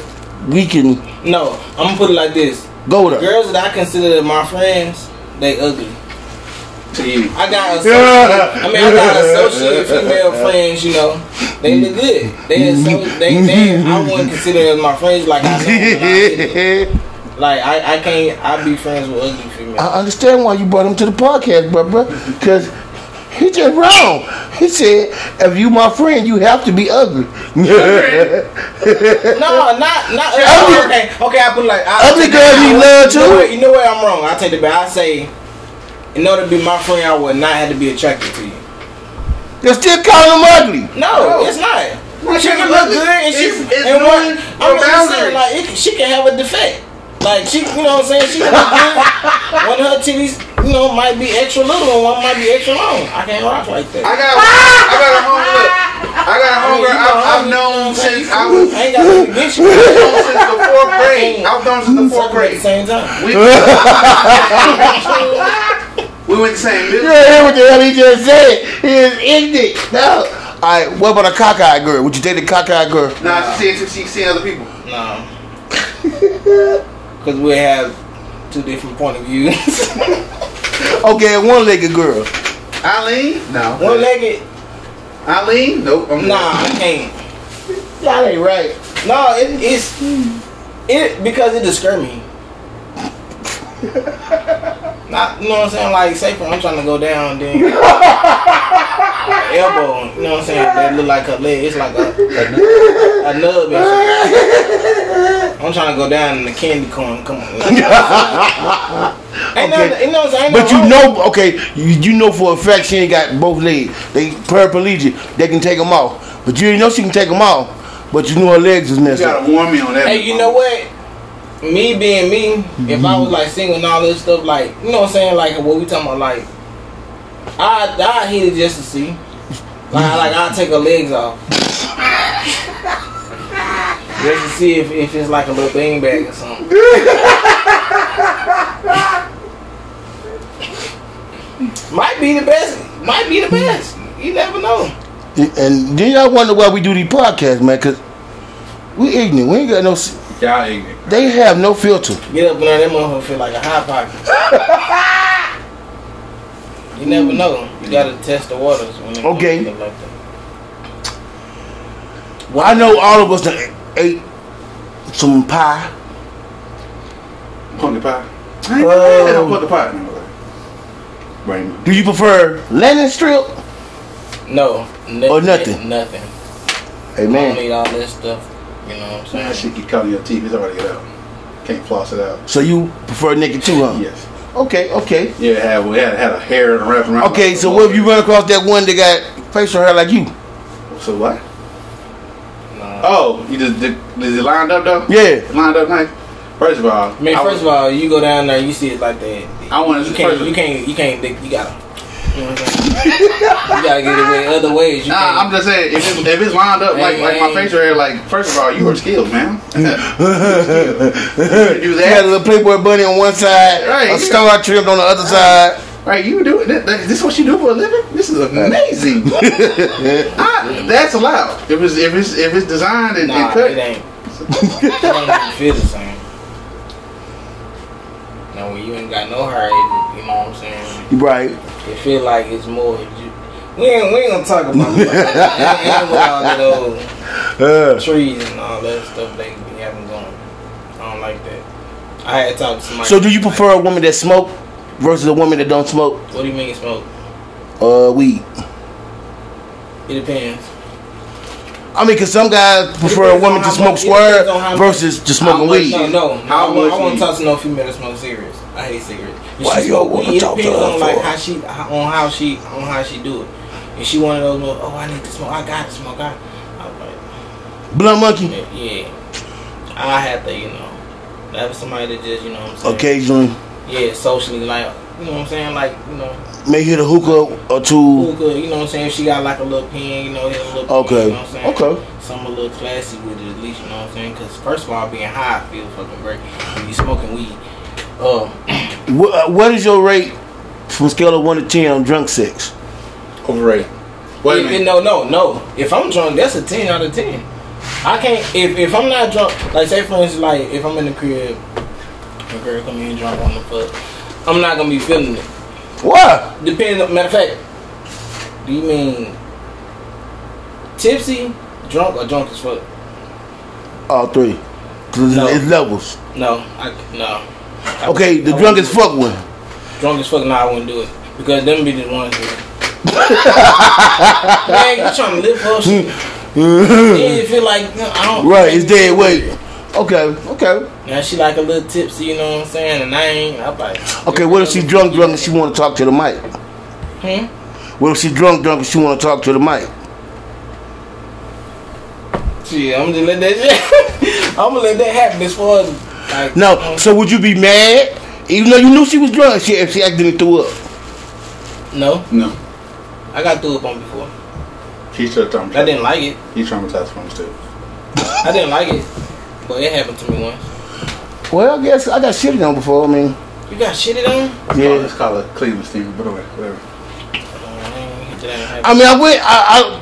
S2: we can
S3: no, I'm gonna put it like this:
S2: go there."
S3: girls that I consider my friends, they ugly.
S1: to you.
S3: I got associate. I mean, I got associate female friends. You know, they look good. They so they, they I wouldn't consider them my friends. Like I know when I hit it.
S2: I
S3: like I, I can't. I be friends with ugly females.
S2: understand why you brought him to the podcast, bro, bro, because he just wrong. He said, "If you my friend, you have to be ugly."
S3: No, not not
S2: Ugly-
S3: okay. Okay, I put it like I,
S2: Ugly girls need love,
S3: You know,
S2: too.
S3: what, you know where I'm wrong. I take the back. I say, in order to be my friend, I would not have to be attracted to you.
S2: They're still calling him ugly.
S3: No, it's not.
S1: Well,
S3: she
S1: she
S3: can
S1: can
S3: look
S1: look-
S3: good and she
S1: it's- it's
S3: and
S1: knowing
S3: one, I'm
S1: your
S3: just saying
S1: boundaries.
S3: like it, she can have a defect. Like she, you know what I'm saying? She can be good. One of her titties, you know, might be extra little and one might be extra long. I can't rock like that.
S1: I got, I got a homegirl. I got a
S3: mean, you
S1: homegirl
S3: know,
S1: I've, I've
S3: I'm-
S1: known since I was
S3: I ain't got nothing against you.
S1: I've known since the fourth grade. I've known since the fourth
S3: Fuck at the
S1: grade.
S3: same time.
S1: We, we went to the same middle.
S2: hear what the hell he just said? He is ignorant. No. All right, what about a cockeyed girl? Would you date a cockeyed girl?
S1: Nah, she said she seen other people.
S3: No. Because we have two different point of views.
S2: Okay, a one-legged girl.
S1: Eileen? No.
S3: One legged?
S1: Eileen? Nope. I'm
S3: Nah, I can't.
S2: Y'all ain't right.
S3: No, it, it's it because it disturbs me. Not, you know what I'm saying? Like, say for I'm trying to go down, then her elbow, you know what I'm saying? That look like a leg. It's like a a, nub. and shit. I'm trying to go down in the candy corn. Come on. Ain't nothing, you know what I'm saying? Ain't
S2: But
S3: nothing
S2: you
S3: wrong
S2: know, okay, you, you know for a fact she ain't got both legs. They paraplegic. They can take them off. But you didn't know she can take them off. But you knew her legs was
S1: You
S2: messed up.
S1: gotta warn me on that.
S3: Hey, you know what? Me being me, if I was like single and all this stuff, like you know what I'm saying, like what we talking about, like I I hit it just to see, like like I take her legs off just to see if, if it's like a little thing bag or something. might be the best, might be the best. You never know.
S2: And then y'all wonder why we do these podcasts, man, because we ignorant. We ain't got no. s-
S9: Y'all ignorant.
S2: They have no filter.
S3: Get up in there, that motherfucker feel like a hot pocket. you never know. You gotta test the waters. When it comes
S2: Okay.
S3: to stuff like that.
S2: Well, I know all of us done ate some pie.
S1: Pumpkin pie. I ain't
S2: Oh.
S1: never had pumpkin pie. No, like, Raymond.
S2: Do you prefer lennon strip?
S3: No. Nothing,
S2: Or nothing. Mm.
S3: Nothing.
S2: Hey,
S3: I don't
S2: man.
S3: need all this stuff. You know what I'm
S1: Man,
S3: saying?
S1: that shit keep cutting your teeth. It's already get out. Can't floss it out.
S2: So you prefer naked too, huh?
S1: Yes.
S2: Okay, okay.
S1: Yeah, it had, it had, it had a hair wrapped around.
S2: Okay, so what if you run across that one that got facial hair like you?
S1: So what?
S3: Nah.
S1: Oh, you just did, is it lined up though?
S2: Yeah.
S1: It lined up nice. First of all,
S3: I mean, first of all, you go down there, you see it like that.
S1: I wanna-
S3: You can't.
S1: first-
S3: You can't. You can't. dig- You gotta. You, know what I'm saying? you gotta get away other ways. You
S1: Nah, I'm
S3: can't.
S1: just saying if it's, if it's lined up like like my facial hair, like first of all, you were skilled, man. you were skilled. You could do
S2: You had
S1: that,
S2: a little Playboy bunny on one side,
S1: Right.
S2: a star trimmed on the other side.
S1: right? You do it. This, this what you do for a living? This is amazing. I, that's allowed. If it's if it's if it's designed and, and
S3: Nah, it
S1: cut,
S3: ain't. it don't even feel the same. Now when you ain't got no hair, it- you know what I'm saying?
S2: Right.
S3: It feel like it's more. ju- We ain't, we ain't gonna talk about it. Like that. It ain't with all that old
S2: Uh,
S3: trees and all that stuff they be having going. I don't like that. I had to talk to somebody.
S2: so do you prefer a woman that smoke versus a woman that don't smoke
S3: What do you mean smoke?
S2: uh, weed?
S3: It depends.
S2: I mean, because some guys prefer a
S3: Depends
S2: woman
S3: on
S2: to
S3: how
S2: smoke
S3: much- it depends
S2: square
S3: on how much-
S2: versus just smoking
S1: how much
S2: weed.
S3: No, no.
S1: How
S3: I, won't-
S1: much
S3: I won't
S1: weed?
S3: talk to no female that smoke cigarettes. I hate cigarettes. If
S2: Why
S3: she
S2: y'all
S3: smoke
S2: wanna
S3: weed, it
S2: talk to
S3: depends
S2: her
S3: on like
S2: for?
S3: how she on how she on how she do it. If she one of those, little, oh, I need to smoke. I got to smoke. I, I'm like,
S2: Blunt monkey.
S3: yeah, yeah. I have to, you know, have somebody that just, you know, what I'm saying,
S2: Occasionally,
S3: yeah, socially, like, you know, what I'm saying, like, you know,
S2: may hit a hookah or
S3: who
S2: two.
S3: could, you know, what I'm saying, if she got like a little pen, you know, hit a little.
S2: Okay,
S3: pen, you know what I'm saying?
S2: okay.
S3: Some a little classy with it, at least, you know what I'm saying? Because first of all, being high, I feel fucking great. When you smoking weed, um.
S2: Wh- uh, what is your rate from scale of one to ten on drunk sex?
S1: overrated. Wait a
S3: If-
S1: minute.
S3: No, no, no. If I'm drunk, that's a ten out of ten. I can't. If, if I'm not drunk, like say for instance, like if I'm in the crib, a girl come in drunk on the fuck, I'm not gonna be feeling it.
S2: What?
S3: Depends. on- Matter of fact, do you mean tipsy, drunk, or drunk as fuck?
S2: All three. 'Cause
S3: No.
S2: it's levels.
S3: No, I no. I-
S2: Okay,
S3: I
S2: the
S3: wouldn't
S2: drunk as
S3: do it.
S2: fuck one.
S3: Drunk as fuck, nah, I wouldn't do it because them be the ones. That, man, you trying to live for shit? Yeah, it feel like I don't.
S2: Right, it's dead weight. Okay, okay.
S3: Now she like a little tipsy, you know what I'm saying? And I ain't. I'm like,
S2: Okay, what if she drunk, drunk, and she want to talk to the mic?
S3: Hmm?
S2: What if she drunk, drunk, and she want to talk to the mic?
S3: Shit, I'm just let that. shit- I'm gonna let that happen as far as Like, um,
S2: No. So would you be mad, even though you knew she was drunk, if she, if she accidentally threw up?
S3: No,
S10: No.
S3: I got threw up on before.
S1: He's still traumatized.
S3: I didn't like it.
S1: He's traumatized from still.
S3: I didn't like it, but it happened to me once.
S2: Well, I guess I got shitted on before. I mean,
S3: You got shitted on?
S1: Yeah.
S2: yeah.
S1: Let's call it Cleveland steamer, but anyway, whatever.
S3: Oh, man, that ain't happened.
S2: I mean, I went. I, I